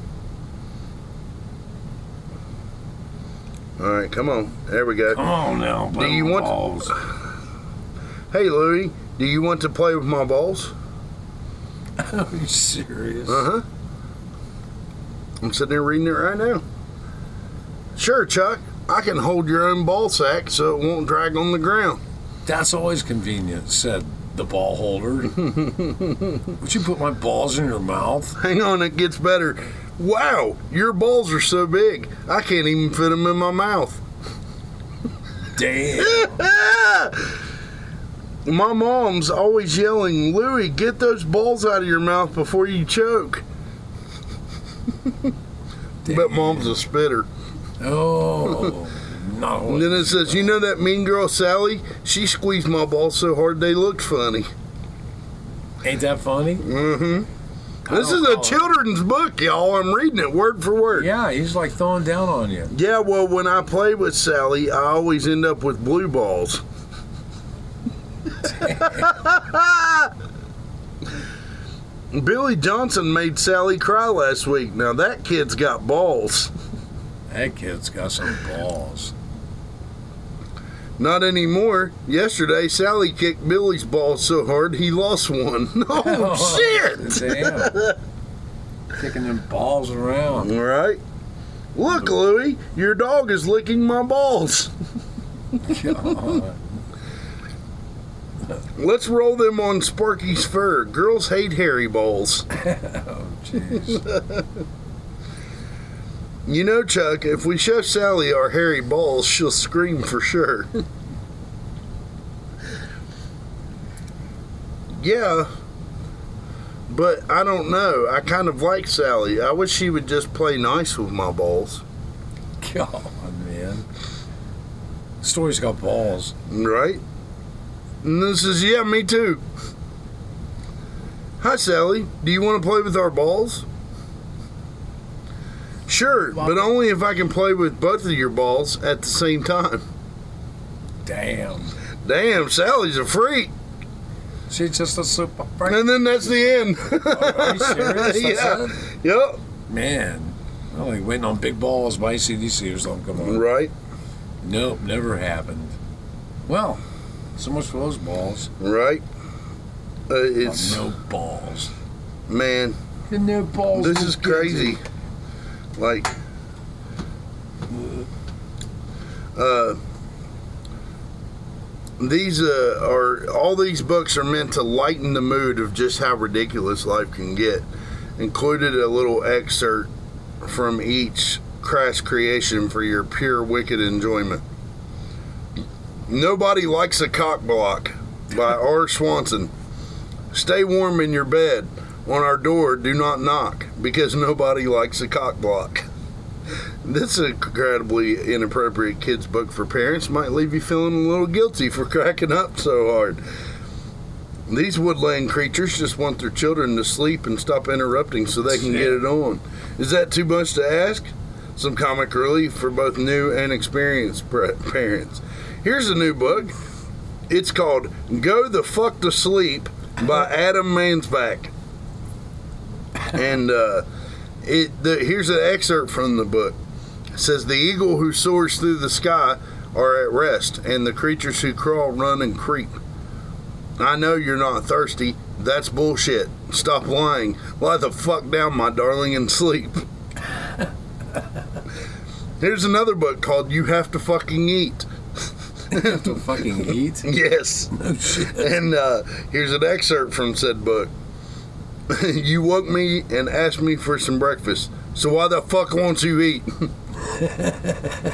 Speaker 1: All right, come on. There we go.
Speaker 4: Come on now, play
Speaker 1: Do you
Speaker 4: with
Speaker 1: want-
Speaker 4: balls. [LAUGHS]
Speaker 1: Hey, Louie, do you want to play with my balls?
Speaker 4: Are you serious?
Speaker 1: Uh huh. I'm sitting there reading it right now. Sure, Chuck. I can hold your own ball sack so it won't drag on the ground. [LAUGHS]
Speaker 4: That's always convenient, said the
Speaker 1: [LAUGHS]
Speaker 4: ball holder. Would you put my balls in your mouth?
Speaker 1: Hang on, it gets better. Wow, your balls are so big, I can't even fit them in my mouth. [LAUGHS]
Speaker 4: Damn.
Speaker 1: My mom's always yelling, Louie, get those balls out of your mouth before you choke. [LAUGHS] Bet mom's a spitter.
Speaker 4: Oh,
Speaker 1: And
Speaker 4: no.
Speaker 1: then it says, you know that mean girl Sally? She squeezed my balls so hard they looked funny.
Speaker 4: Ain't that funny?
Speaker 1: This
Speaker 4: don't
Speaker 1: is a
Speaker 4: follow.
Speaker 1: children's book, y'all. I'm reading it word for word.
Speaker 4: Yeah, he's like throwing down on you.
Speaker 1: Yeah, well, when I play with Sally, I always end up with blue balls. [LAUGHS] Billy Johnson made Sally cry last week. Now that kid's got balls.
Speaker 4: That kid's got some balls.
Speaker 1: Not anymore. Yesterday, Sally kicked Billy's ball so hard he lost one. [LAUGHS]
Speaker 4: [LAUGHS]
Speaker 1: Oh, shit!
Speaker 4: Damn.
Speaker 1: [LAUGHS]
Speaker 4: Kicking them balls around.
Speaker 1: All right. Look, Louie, your dog is licking my balls. Let's roll them on Sparky's fur. Girls hate hairy balls.
Speaker 4: Jeez.
Speaker 1: You know, Chuck, if we show Sally our hairy balls, she'll scream for sure. [LAUGHS] yeah, but I don't know. I kind of like Sally. I wish she would just play nice with my balls.
Speaker 4: [LAUGHS] God, man. Story's got balls.
Speaker 1: Right? And this is, yeah, me too. Hi, Sally. Do you want to play with our balls? Sure, but only if I can play with both of your balls at the same time.
Speaker 4: Damn.
Speaker 1: Damn, Sally's a freak.
Speaker 4: She's just a super freak.
Speaker 1: And then that's the end. [LAUGHS]
Speaker 4: Are you serious? That's
Speaker 1: Yeah.
Speaker 4: it?
Speaker 1: yep.
Speaker 4: Man. I'm only waiting on big balls by CDC or something. Come on.
Speaker 1: Right,
Speaker 4: Nope, never happened. Well, so much for those balls.
Speaker 1: right. Uh, it's,
Speaker 4: No balls.
Speaker 1: man,
Speaker 4: And no balls.
Speaker 1: this
Speaker 4: will
Speaker 1: is
Speaker 4: get
Speaker 1: crazy.
Speaker 4: you.
Speaker 1: Like, uh, these uh, are all these books are meant to lighten the mood of just how ridiculous life can get. Included a little excerpt from each crash creation for your pure wicked enjoyment. Nobody likes a cock block by R. Swanson. Stay warm in your bed. On our door, do not knock because nobody likes a cock block. This incredibly inappropriate kids' book for parents might leave you feeling a little guilty for cracking up so hard. These woodland creatures just want their children to sleep and stop interrupting so they can get it on. Is that too much to ask? Some comic relief for both new and experienced pre- parents. Here's a new book. It's called Go the Fuck to Sleep by Adam Mansbach. And uh, it the, here's an excerpt from the book. It says the eagle who soars through the sky are at rest, and the creatures who crawl, run, and creep. I know you're not thirsty. That's bullshit. Stop lying. Lie the fuck down, my darling, and sleep. [LAUGHS] Here's another book called You Have to Fucking Eat.
Speaker 4: Have to fucking
Speaker 1: [LAUGHS]
Speaker 4: eat.
Speaker 1: Yes. And uh, here's an excerpt from said book. [LAUGHS] you woke me and asked me for some breakfast. So why the fuck won't you eat? [LAUGHS]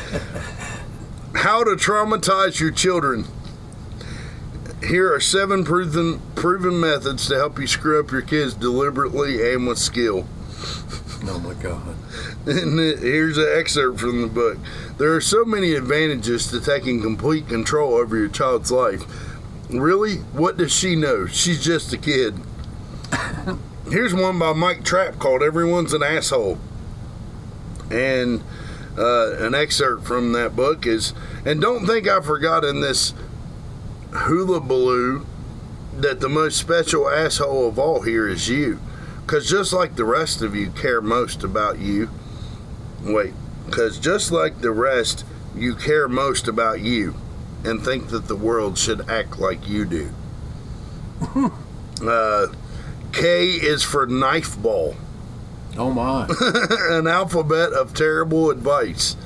Speaker 1: How to traumatize your children. Here are seven proven proven methods to help you screw up your kids deliberately and with skill.
Speaker 4: Oh my god.
Speaker 1: And it- here's an excerpt from the book. There are so many advantages to taking complete control over your child's life. Really? What does she know? She's just a kid. Here's one by Mike Trapp called Everyone's an Asshole. And uh, an excerpt from that book is And don't think I've forgotten this hula baloo that the most special asshole of all here is you. Because just like the rest of you care most about you, wait, because just like the rest, you care most about you and think that the world should act like you do. uh, K is for knife ball, [LAUGHS]
Speaker 4: Oh my.
Speaker 1: an alphabet of terrible advice.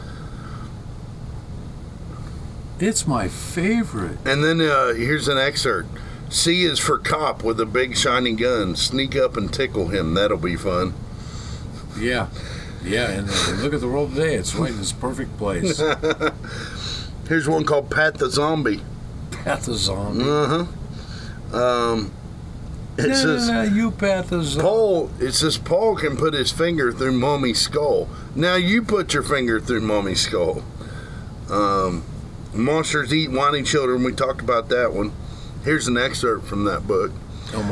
Speaker 4: it's my favorite.
Speaker 1: And then uh, here's an excerpt. C is for cop with a big shiny gun. Sneak up and tickle him. That'll be fun.
Speaker 4: Yeah. Yeah, and, and look at the world today. It's right in this perfect place.
Speaker 1: Here's one called Pat the Zombie.
Speaker 4: Pathozombie.
Speaker 1: Uh huh. Um, it says
Speaker 4: nah, you pathozombie.
Speaker 1: Paul. It says Paul can put his finger through mommy's skull. Now you put your finger through mommy's skull. Um, Monsters eat whiny children. We talked about that one. Here's an excerpt from that book.
Speaker 4: Oh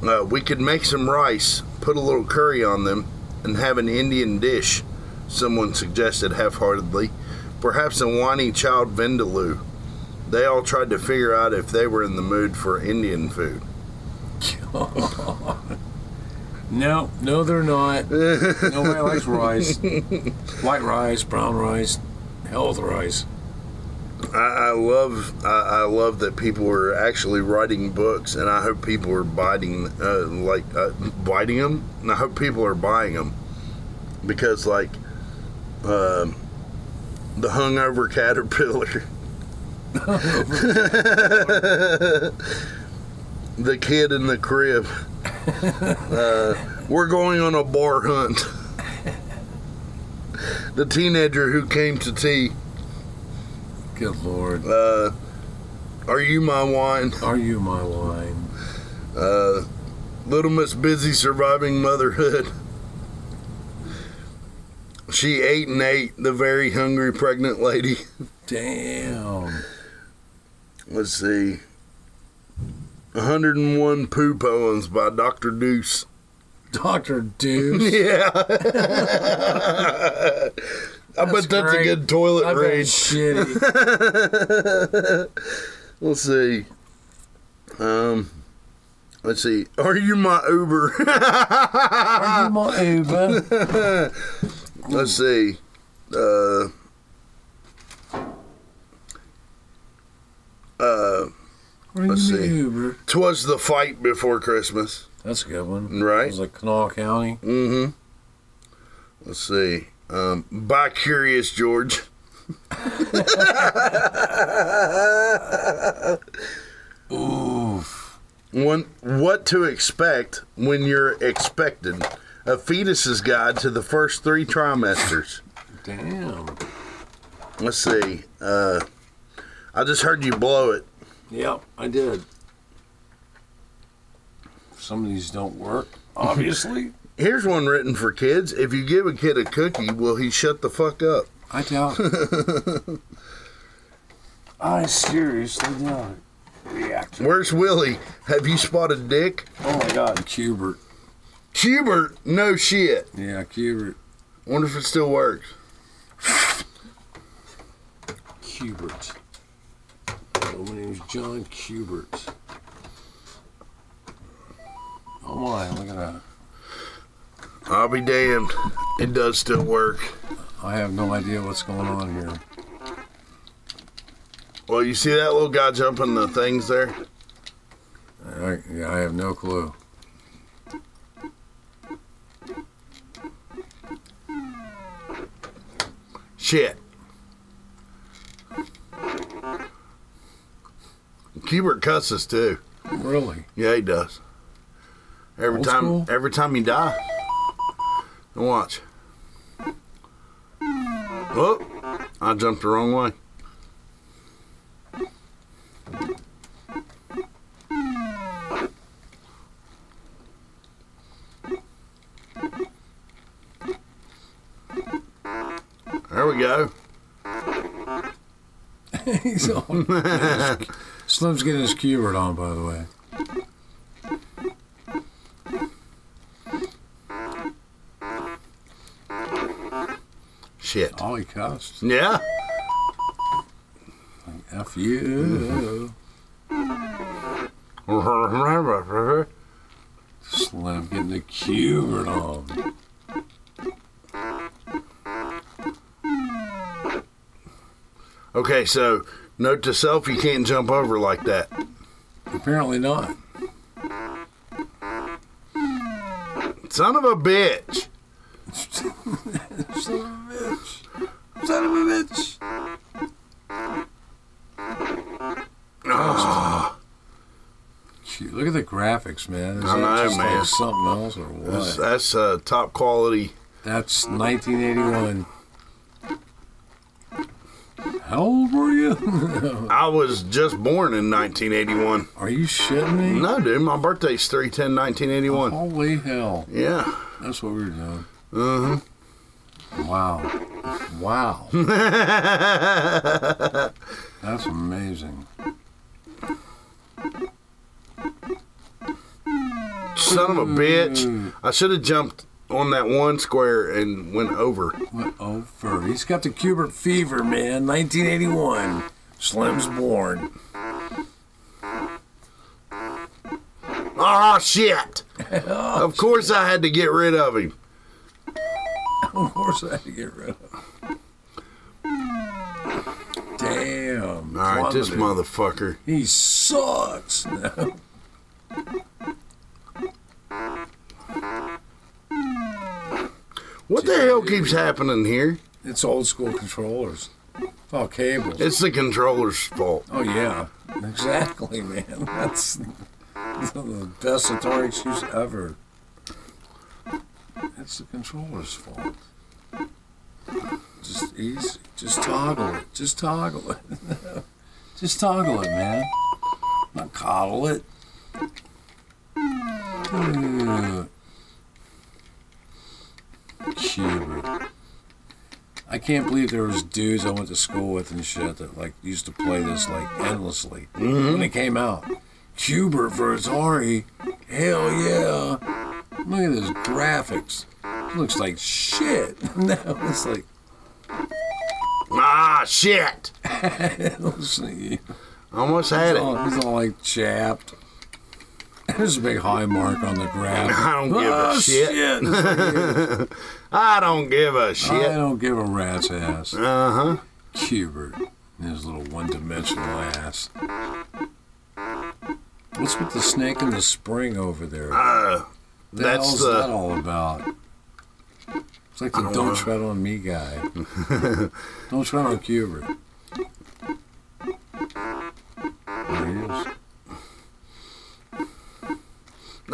Speaker 4: my.
Speaker 1: Uh, we could make some rice, put a little curry on them, and have an Indian dish, someone suggested half heartedly. Perhaps a whiny child vindaloo. They all tried to figure out if they were in the mood for Indian food.
Speaker 4: No, no, they're
Speaker 1: [LAUGHS]
Speaker 4: not. Nobody likes rice. White rice, brown rice, health rice.
Speaker 1: I, I love, I, I love that people are actually writing books, and I hope people are biting, uh, like uh, biting them. And I hope people are buying them because, like, um the hungover caterpillar. [LAUGHS] the kid in the crib. Uh, we're going on a bar hunt. the teenager who came to tea.
Speaker 4: Good lord.
Speaker 1: Uh, are you my wine?
Speaker 4: Are you my wine?
Speaker 1: Uh, Little Miss Busy surviving motherhood. She ate and ate the very hungry pregnant lady.
Speaker 4: Damn.
Speaker 1: Let's see. 101 poo poems by Dr. Deuce. [LAUGHS]
Speaker 4: Dr. Deuce.
Speaker 1: Yeah. I bet that's
Speaker 4: great.
Speaker 1: a good toilet
Speaker 4: I bet
Speaker 1: read. [LAUGHS]
Speaker 4: it's shitty.
Speaker 1: Let's see. Um, let's see. Are you my Uber? [LAUGHS]
Speaker 4: Are you my Uber?
Speaker 1: let's see. Uh,
Speaker 4: Are you
Speaker 1: Let's
Speaker 4: my
Speaker 1: see.
Speaker 4: Uber?
Speaker 1: Twas the fight before Christmas.
Speaker 4: That's a good one.
Speaker 1: Right.
Speaker 4: It was like Kanawha County.
Speaker 1: Let's see. Um, by Curious George. [LAUGHS]
Speaker 4: Oof.
Speaker 1: One, what to expect when you're expected. A fetus's guide to the first three trimesters.
Speaker 4: Damn.
Speaker 1: Let's see. Uh, I just heard you blow it.
Speaker 4: Yep, I did. Some of these don't work, obviously.
Speaker 1: Here's one written for kids. If you give a kid a cookie, will he shut the fuck up?
Speaker 4: [LAUGHS] I doubt it. [LAUGHS] I seriously doubt it. Reactor.
Speaker 1: Where's Willie? Have you spotted Dick?
Speaker 4: Oh my god. Cubert.
Speaker 1: Hubert, no shit.
Speaker 4: Yeah, Cubert.
Speaker 1: Wonder if it still works.
Speaker 4: Cubert. Oh, my name's John Cubert. Oh my, look at that.
Speaker 1: I'll be damned. It does still work.
Speaker 4: I have no idea what's going on here.
Speaker 1: Well, you see that little guy jumping the things there?
Speaker 4: I, yeah, I have no clue.
Speaker 1: Shit. Hubert cusses too.
Speaker 4: Really?
Speaker 1: Yeah, he does. Every
Speaker 4: Old
Speaker 1: time,
Speaker 4: school?
Speaker 1: every time you die. Now watch. Oh, I jumped the wrong way. There we go.
Speaker 4: [LAUGHS] He's on. [LAUGHS] Slim's getting his Cubert on, by the way.
Speaker 1: Shit.
Speaker 4: Oh, he cussed.
Speaker 1: Yeah. [LAUGHS]
Speaker 4: F you. Slim getting the Cuban on.
Speaker 1: Okay, so note to self: you can't jump over like that.
Speaker 4: Apparently not.
Speaker 1: Son of a bitch.
Speaker 4: Son of a bitch. Shoot, Ah. look at the graphics, man. Is
Speaker 1: I
Speaker 4: that
Speaker 1: know,
Speaker 4: just like
Speaker 1: man.
Speaker 4: something else or
Speaker 1: That's,
Speaker 4: what?
Speaker 1: that's uh, top quality.
Speaker 4: That's 1981. How old were you? [LAUGHS]
Speaker 1: I was just born in 1981.
Speaker 4: Are you shitting me?
Speaker 1: No, dude, my birthday's 310 1981.
Speaker 4: Holy hell.
Speaker 1: Yeah. [LAUGHS]
Speaker 4: That's what we were doing. Uh-huh. Wow. Wow. [LAUGHS] That's amazing.
Speaker 1: Son of a bitch. I should have jumped on that one square and went over.
Speaker 4: Went over. He's got the Cubert fever, man. 1981. Slim's born. [LAUGHS]
Speaker 1: Ah, shit. Of course I had to get rid of him.
Speaker 4: Of course, I had to get rid of him. Damn.
Speaker 1: All right, this
Speaker 4: plummeted.
Speaker 1: motherfucker.
Speaker 4: He sucks. [LAUGHS]
Speaker 1: What the hell keeps happening here?
Speaker 4: it's old school controllers. It's all cables.
Speaker 1: It's the controller's fault.
Speaker 4: Oh yeah, exactly, man. That's, that's the best Atari excuse ever. That's the controller's fault. Just easy. Just toggle it. Just toggle it. [LAUGHS] Just toggle it, man. Not coddle it. Dude. Cuber. I can't believe there was dudes I went to school with and shit that like used to play this like endlessly
Speaker 1: Mm-hmm.
Speaker 4: when it came out. Cuber for Atari. Hell yeah. Look at those graphics. looks like shit. [LAUGHS] now it's like
Speaker 1: Ah, shit.
Speaker 4: it looks like you.
Speaker 1: Almost had it.
Speaker 4: It's all, it's all like chapped. There's a big high mark on the graph.
Speaker 1: I don't give a
Speaker 4: Ah,
Speaker 1: shit. [LAUGHS] I don't give a
Speaker 4: I
Speaker 1: shit.
Speaker 4: don't give a rat's ass.
Speaker 1: Uh huh.
Speaker 4: Cubert and his little one dimensional ass. What's with the snake in the spring over there? What
Speaker 1: Uh,
Speaker 4: the
Speaker 1: that's uh,
Speaker 4: hell's
Speaker 1: the-
Speaker 4: that all about? It's like the don't tread on
Speaker 1: [LAUGHS]
Speaker 4: me guy. don't tread on Cubert. There he is.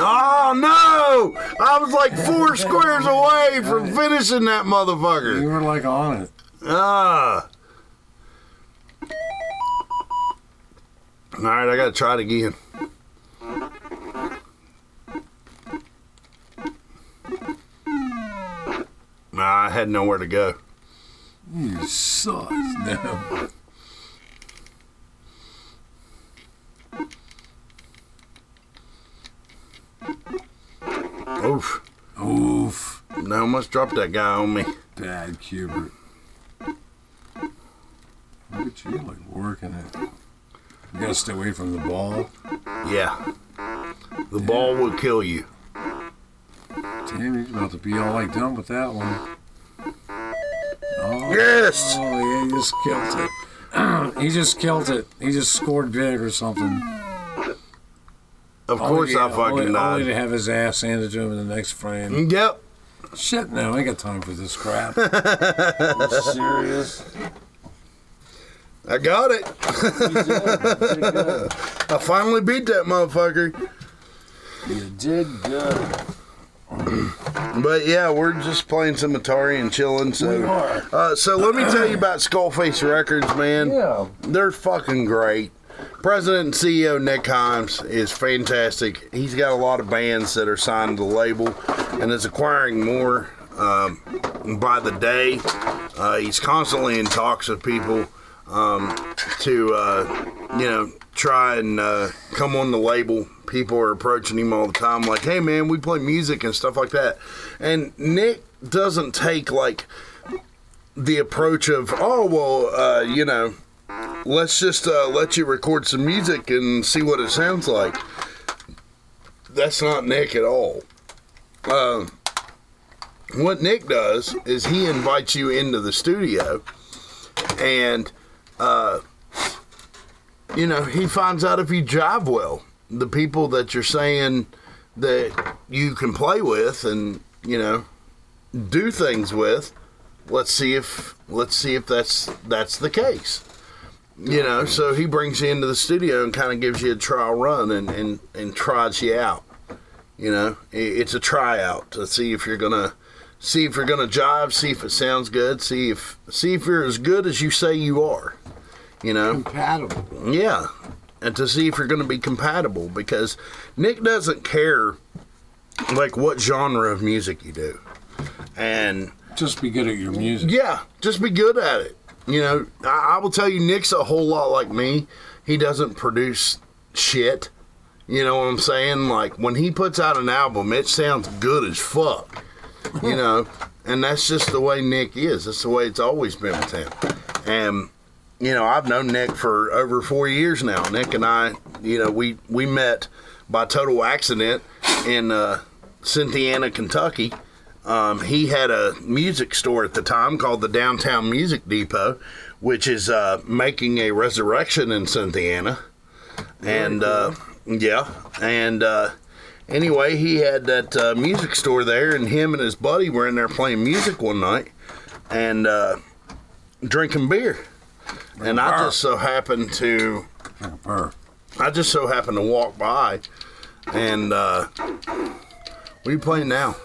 Speaker 1: oh no! I was like four squares away from finishing that
Speaker 4: You
Speaker 1: motherfucker.
Speaker 4: were like on it.
Speaker 1: Ah. All right, I gotta try it again. Nah, I had nowhere to go.
Speaker 4: You suck. [LAUGHS] No.
Speaker 1: Oof.
Speaker 4: Oof.
Speaker 1: They almost dropped that guy on me.
Speaker 4: Bad Cubert. Look at you, like working it. You gotta stay away from the ball.
Speaker 1: Yeah. The ball will kill you.
Speaker 4: Damn, he's about to be all like done with that one.
Speaker 1: Yes!
Speaker 4: Oh yeah, he just killed it. [CLEARS THROAT] he just killed it. He just scored big or something.
Speaker 1: Of course I fucking
Speaker 4: only,
Speaker 1: died.
Speaker 4: Only to have his ass handed to him in the next frame.
Speaker 1: Yep.
Speaker 4: Shit, no, I ain't got time for this
Speaker 1: [LAUGHS]
Speaker 4: crap. You serious?
Speaker 1: I got
Speaker 4: [LAUGHS]
Speaker 1: it. I finally beat that motherfucker.
Speaker 4: You did good.
Speaker 1: But yeah, we're just playing some Atari and chilling. So,
Speaker 4: We are.
Speaker 1: Uh, so let me tell you about Skullface Records, man.
Speaker 4: Yeah.
Speaker 1: They're fucking great. President and CEO Nick Himes is fantastic. He's got a lot of bands that are signed to the label and is acquiring more um, by the day. Uh, he's constantly in talks with people um, to, uh, you know, try and uh, come on the label. People are approaching him all the time, like, hey, man, we play music and stuff like that. And Nick doesn't take, like, the approach of, oh, well, uh, you know, let's just uh, let you record some music and see what it sounds like. that's not Nick at all. Um, what Nick does is he invites you into the studio, and uh, you know he finds out if you jive well. The people that you're saying that you can play with, and you know, do things with. Let's see if let's see if that's that's the case. You know, so he brings you into the studio and kind of gives you a trial run and and and tries you out. You know, I- it's a tryout to see if you're gonna see if you're gonna jive, see if it sounds good, see if see if you're as good as you say you are. You know,
Speaker 7: Compatible.
Speaker 1: yeah, and to see if you're going to be compatible because Nick doesn't care like what genre of music you do, and
Speaker 4: Just be good at your music.
Speaker 1: yeah, just be good at it. You know, I, I will tell you, Nick's a whole lot like me. He doesn't produce shit. You know what I'm saying? Like when he puts out an album, it sounds good as fuck. You know, and that's just the way Nick is. That's the way it's always been with him. And you know, I've known Nick for over four years now. Nick and I, you know, we we met by total accident in uh, Cynthiana, Kentucky. Um, he had a music store at the time called the Downtown Music Depot, which is uh, making a resurrection in Cynthiana. And uh, yeah, and uh, anyway, he had that uh, music store there, and him and his buddy were in there playing music one night and uh, drinking beer. And I just so happened to,
Speaker 4: Or-
Speaker 1: I just so happened to walk by, and uh, what are you playing now?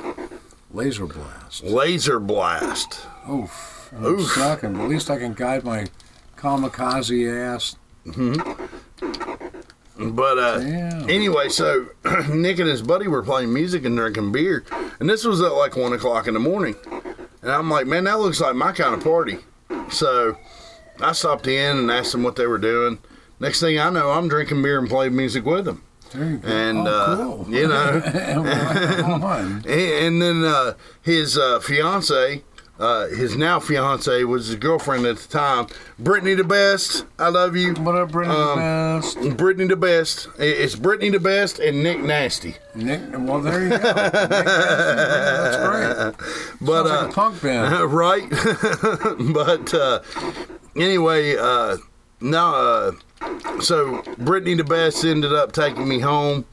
Speaker 4: Laser blast.
Speaker 1: Laser Blast.
Speaker 4: Oof. I'm stuck, and at least I can guide my kamikaze ass.
Speaker 1: But uh,
Speaker 4: Yeah.
Speaker 1: anyway, so [CLEARS THROAT] Nick and his buddy were playing music and drinking beer, and this was at like one o'clock in the morning, and I'm like, man, that looks like my kind of party. So I stopped in and asked them what they were doing. Next thing I know, I'm drinking beer and playing music with them,
Speaker 4: There you go.
Speaker 1: and
Speaker 4: oh,
Speaker 1: uh,
Speaker 4: cool.
Speaker 1: you know.
Speaker 4: [LAUGHS] Come on.
Speaker 1: And, and then uh, his uh, fiance, uh, his now fiance, was his girlfriend at the time. Brittany the best. I love you.
Speaker 4: What up, Brendan
Speaker 1: Um,
Speaker 4: Best?
Speaker 1: Brittany the best. I- It's Brittany the best and Nick Nasty.
Speaker 4: Nick, well, there
Speaker 1: [LAUGHS]
Speaker 4: you go. Nick Anderson, That's great.
Speaker 1: But
Speaker 4: Sounds like a punk band.
Speaker 1: uh, [LAUGHS] right. but uh, anyway, uh, no. Uh, so Brittany the best ended up taking me home,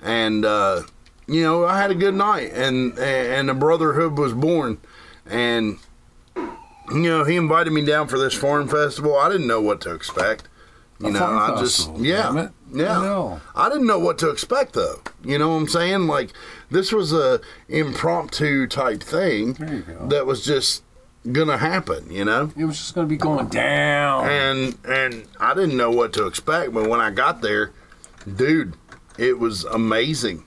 Speaker 1: and uh, you know I had a good night, and and the brotherhood was born, and you know he invited me down for this farm festival. I didn't know what to expect. You
Speaker 4: A
Speaker 1: know,
Speaker 4: farm
Speaker 1: I just
Speaker 4: festival,
Speaker 1: yeah
Speaker 4: damn it.
Speaker 1: yeah.
Speaker 4: I know.
Speaker 1: I didn't know what to expect though. You know what I'm saying? Like this was a impromptu type thing
Speaker 4: There you go.
Speaker 1: that was just gonna happen. You know
Speaker 4: It was just going to be going down.
Speaker 1: and and I didn't know what to expect, but when I got there, dude, it was amazing.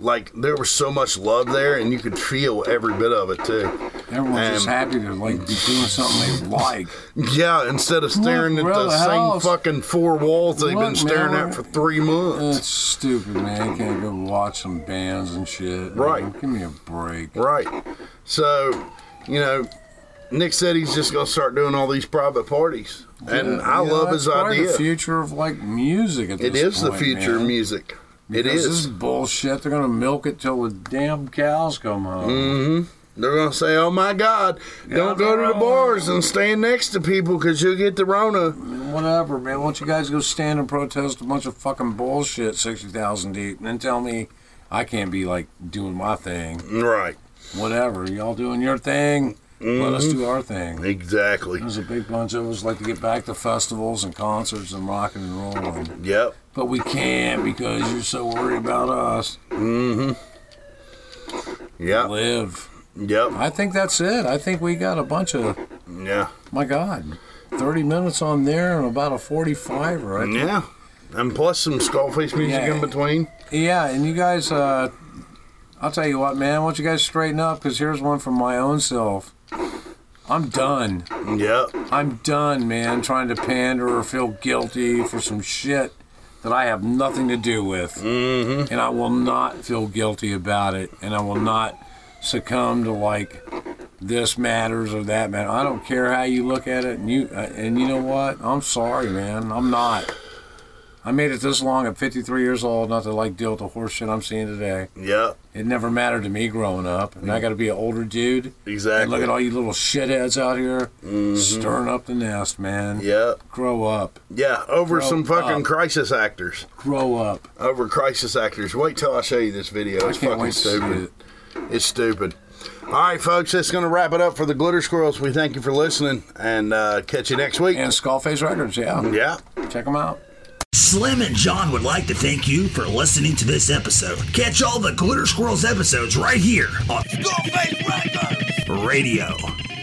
Speaker 1: Like there was so much love there, and you could feel every bit of it too.
Speaker 4: Everyone's just
Speaker 1: Um,
Speaker 4: happy to like be doing something they like.
Speaker 1: Yeah, instead of staring at
Speaker 4: Look, bro,
Speaker 1: the
Speaker 4: the
Speaker 1: same
Speaker 4: house-
Speaker 1: fucking four walls they've
Speaker 4: Look,
Speaker 1: been
Speaker 4: man,
Speaker 1: staring
Speaker 4: we're-
Speaker 1: at for three months.
Speaker 4: That's stupid, man. You can't go watch some bands and shit.
Speaker 1: Right.
Speaker 4: Man, give me a break.
Speaker 1: Right. So, you know, Nick said he's just gonna start doing all these private parties, and I
Speaker 4: You know,
Speaker 1: love
Speaker 4: that's
Speaker 1: his
Speaker 4: probably
Speaker 1: idea.
Speaker 4: The future of like music at
Speaker 1: It
Speaker 4: this
Speaker 1: is the
Speaker 4: point,
Speaker 1: future of
Speaker 4: man.
Speaker 1: music. It
Speaker 4: Because This is
Speaker 1: is.
Speaker 4: bullshit. They're gonna milk it till the damn cows come home.
Speaker 1: They're gonna say, "Oh my God, don't go to the bars and stand next to people because you'll get the Rona."
Speaker 4: Whatever, man. Why don't you guys go stand and protest a bunch of fucking bullshit sixty thousand deep, and then tell me I can't be like doing my thing.
Speaker 1: Right.
Speaker 4: Whatever, y'all doing your thing. Let us
Speaker 1: Mm-hmm.
Speaker 4: do our thing.
Speaker 1: Exactly.
Speaker 4: There's a big bunch of us like to get back to festivals and concerts and rocking and rolling,
Speaker 1: Yep.
Speaker 4: but we can't because you're so worried about us.
Speaker 1: Yep.
Speaker 4: Live.
Speaker 1: Yep.
Speaker 4: I think that's it. I think we got a bunch of
Speaker 1: Yeah.
Speaker 4: my God, thirty minutes on there and about a forty-five, right?
Speaker 1: Yeah. And plus some Skullface music
Speaker 4: Yeah.
Speaker 1: in between.
Speaker 4: Yeah, and you guys, uh, I'll tell you what, man. Why don't you guys straighten up? Because here's one from my own self. I'm done.
Speaker 1: Yep.
Speaker 4: I'm done, man, trying to pander or feel guilty for some shit that I have nothing to do with. Mm-hmm. And I will not feel guilty about it. And I will not succumb to, like, this matters or that matters. I don't care how you look at it. And you, uh, and you know what? I'm sorry, man. I'm not. I made it this long at 53 years old not to like deal with the horse shit I'm seeing today.
Speaker 1: Yep.
Speaker 4: It never mattered to me growing up, and I got to be an older dude. And
Speaker 1: Exactly. Mm-hmm.
Speaker 4: look at all you little shitheads out here stirring up the nest, man.
Speaker 1: Yep.
Speaker 4: Grow up.
Speaker 1: Yeah. Over
Speaker 4: Grow
Speaker 1: some fucking
Speaker 4: up.
Speaker 1: crisis actors.
Speaker 4: Grow up.
Speaker 1: Over crisis actors. Wait till I show you this video. It's
Speaker 4: I can't
Speaker 1: fucking
Speaker 4: wait to see
Speaker 1: stupid.
Speaker 4: it.
Speaker 1: It's stupid. All right, folks, that's going to wrap it up for the Glitter Squirrels. We thank you for listening and uh, catch you next week.
Speaker 4: And Skullface Records, yeah.
Speaker 1: yeah.
Speaker 4: Check them out.
Speaker 3: Slim and John would like to thank you for listening to this episode. Catch all the Glitter Squirrels episodes right here on
Speaker 6: Skullface Records!
Speaker 3: Radio.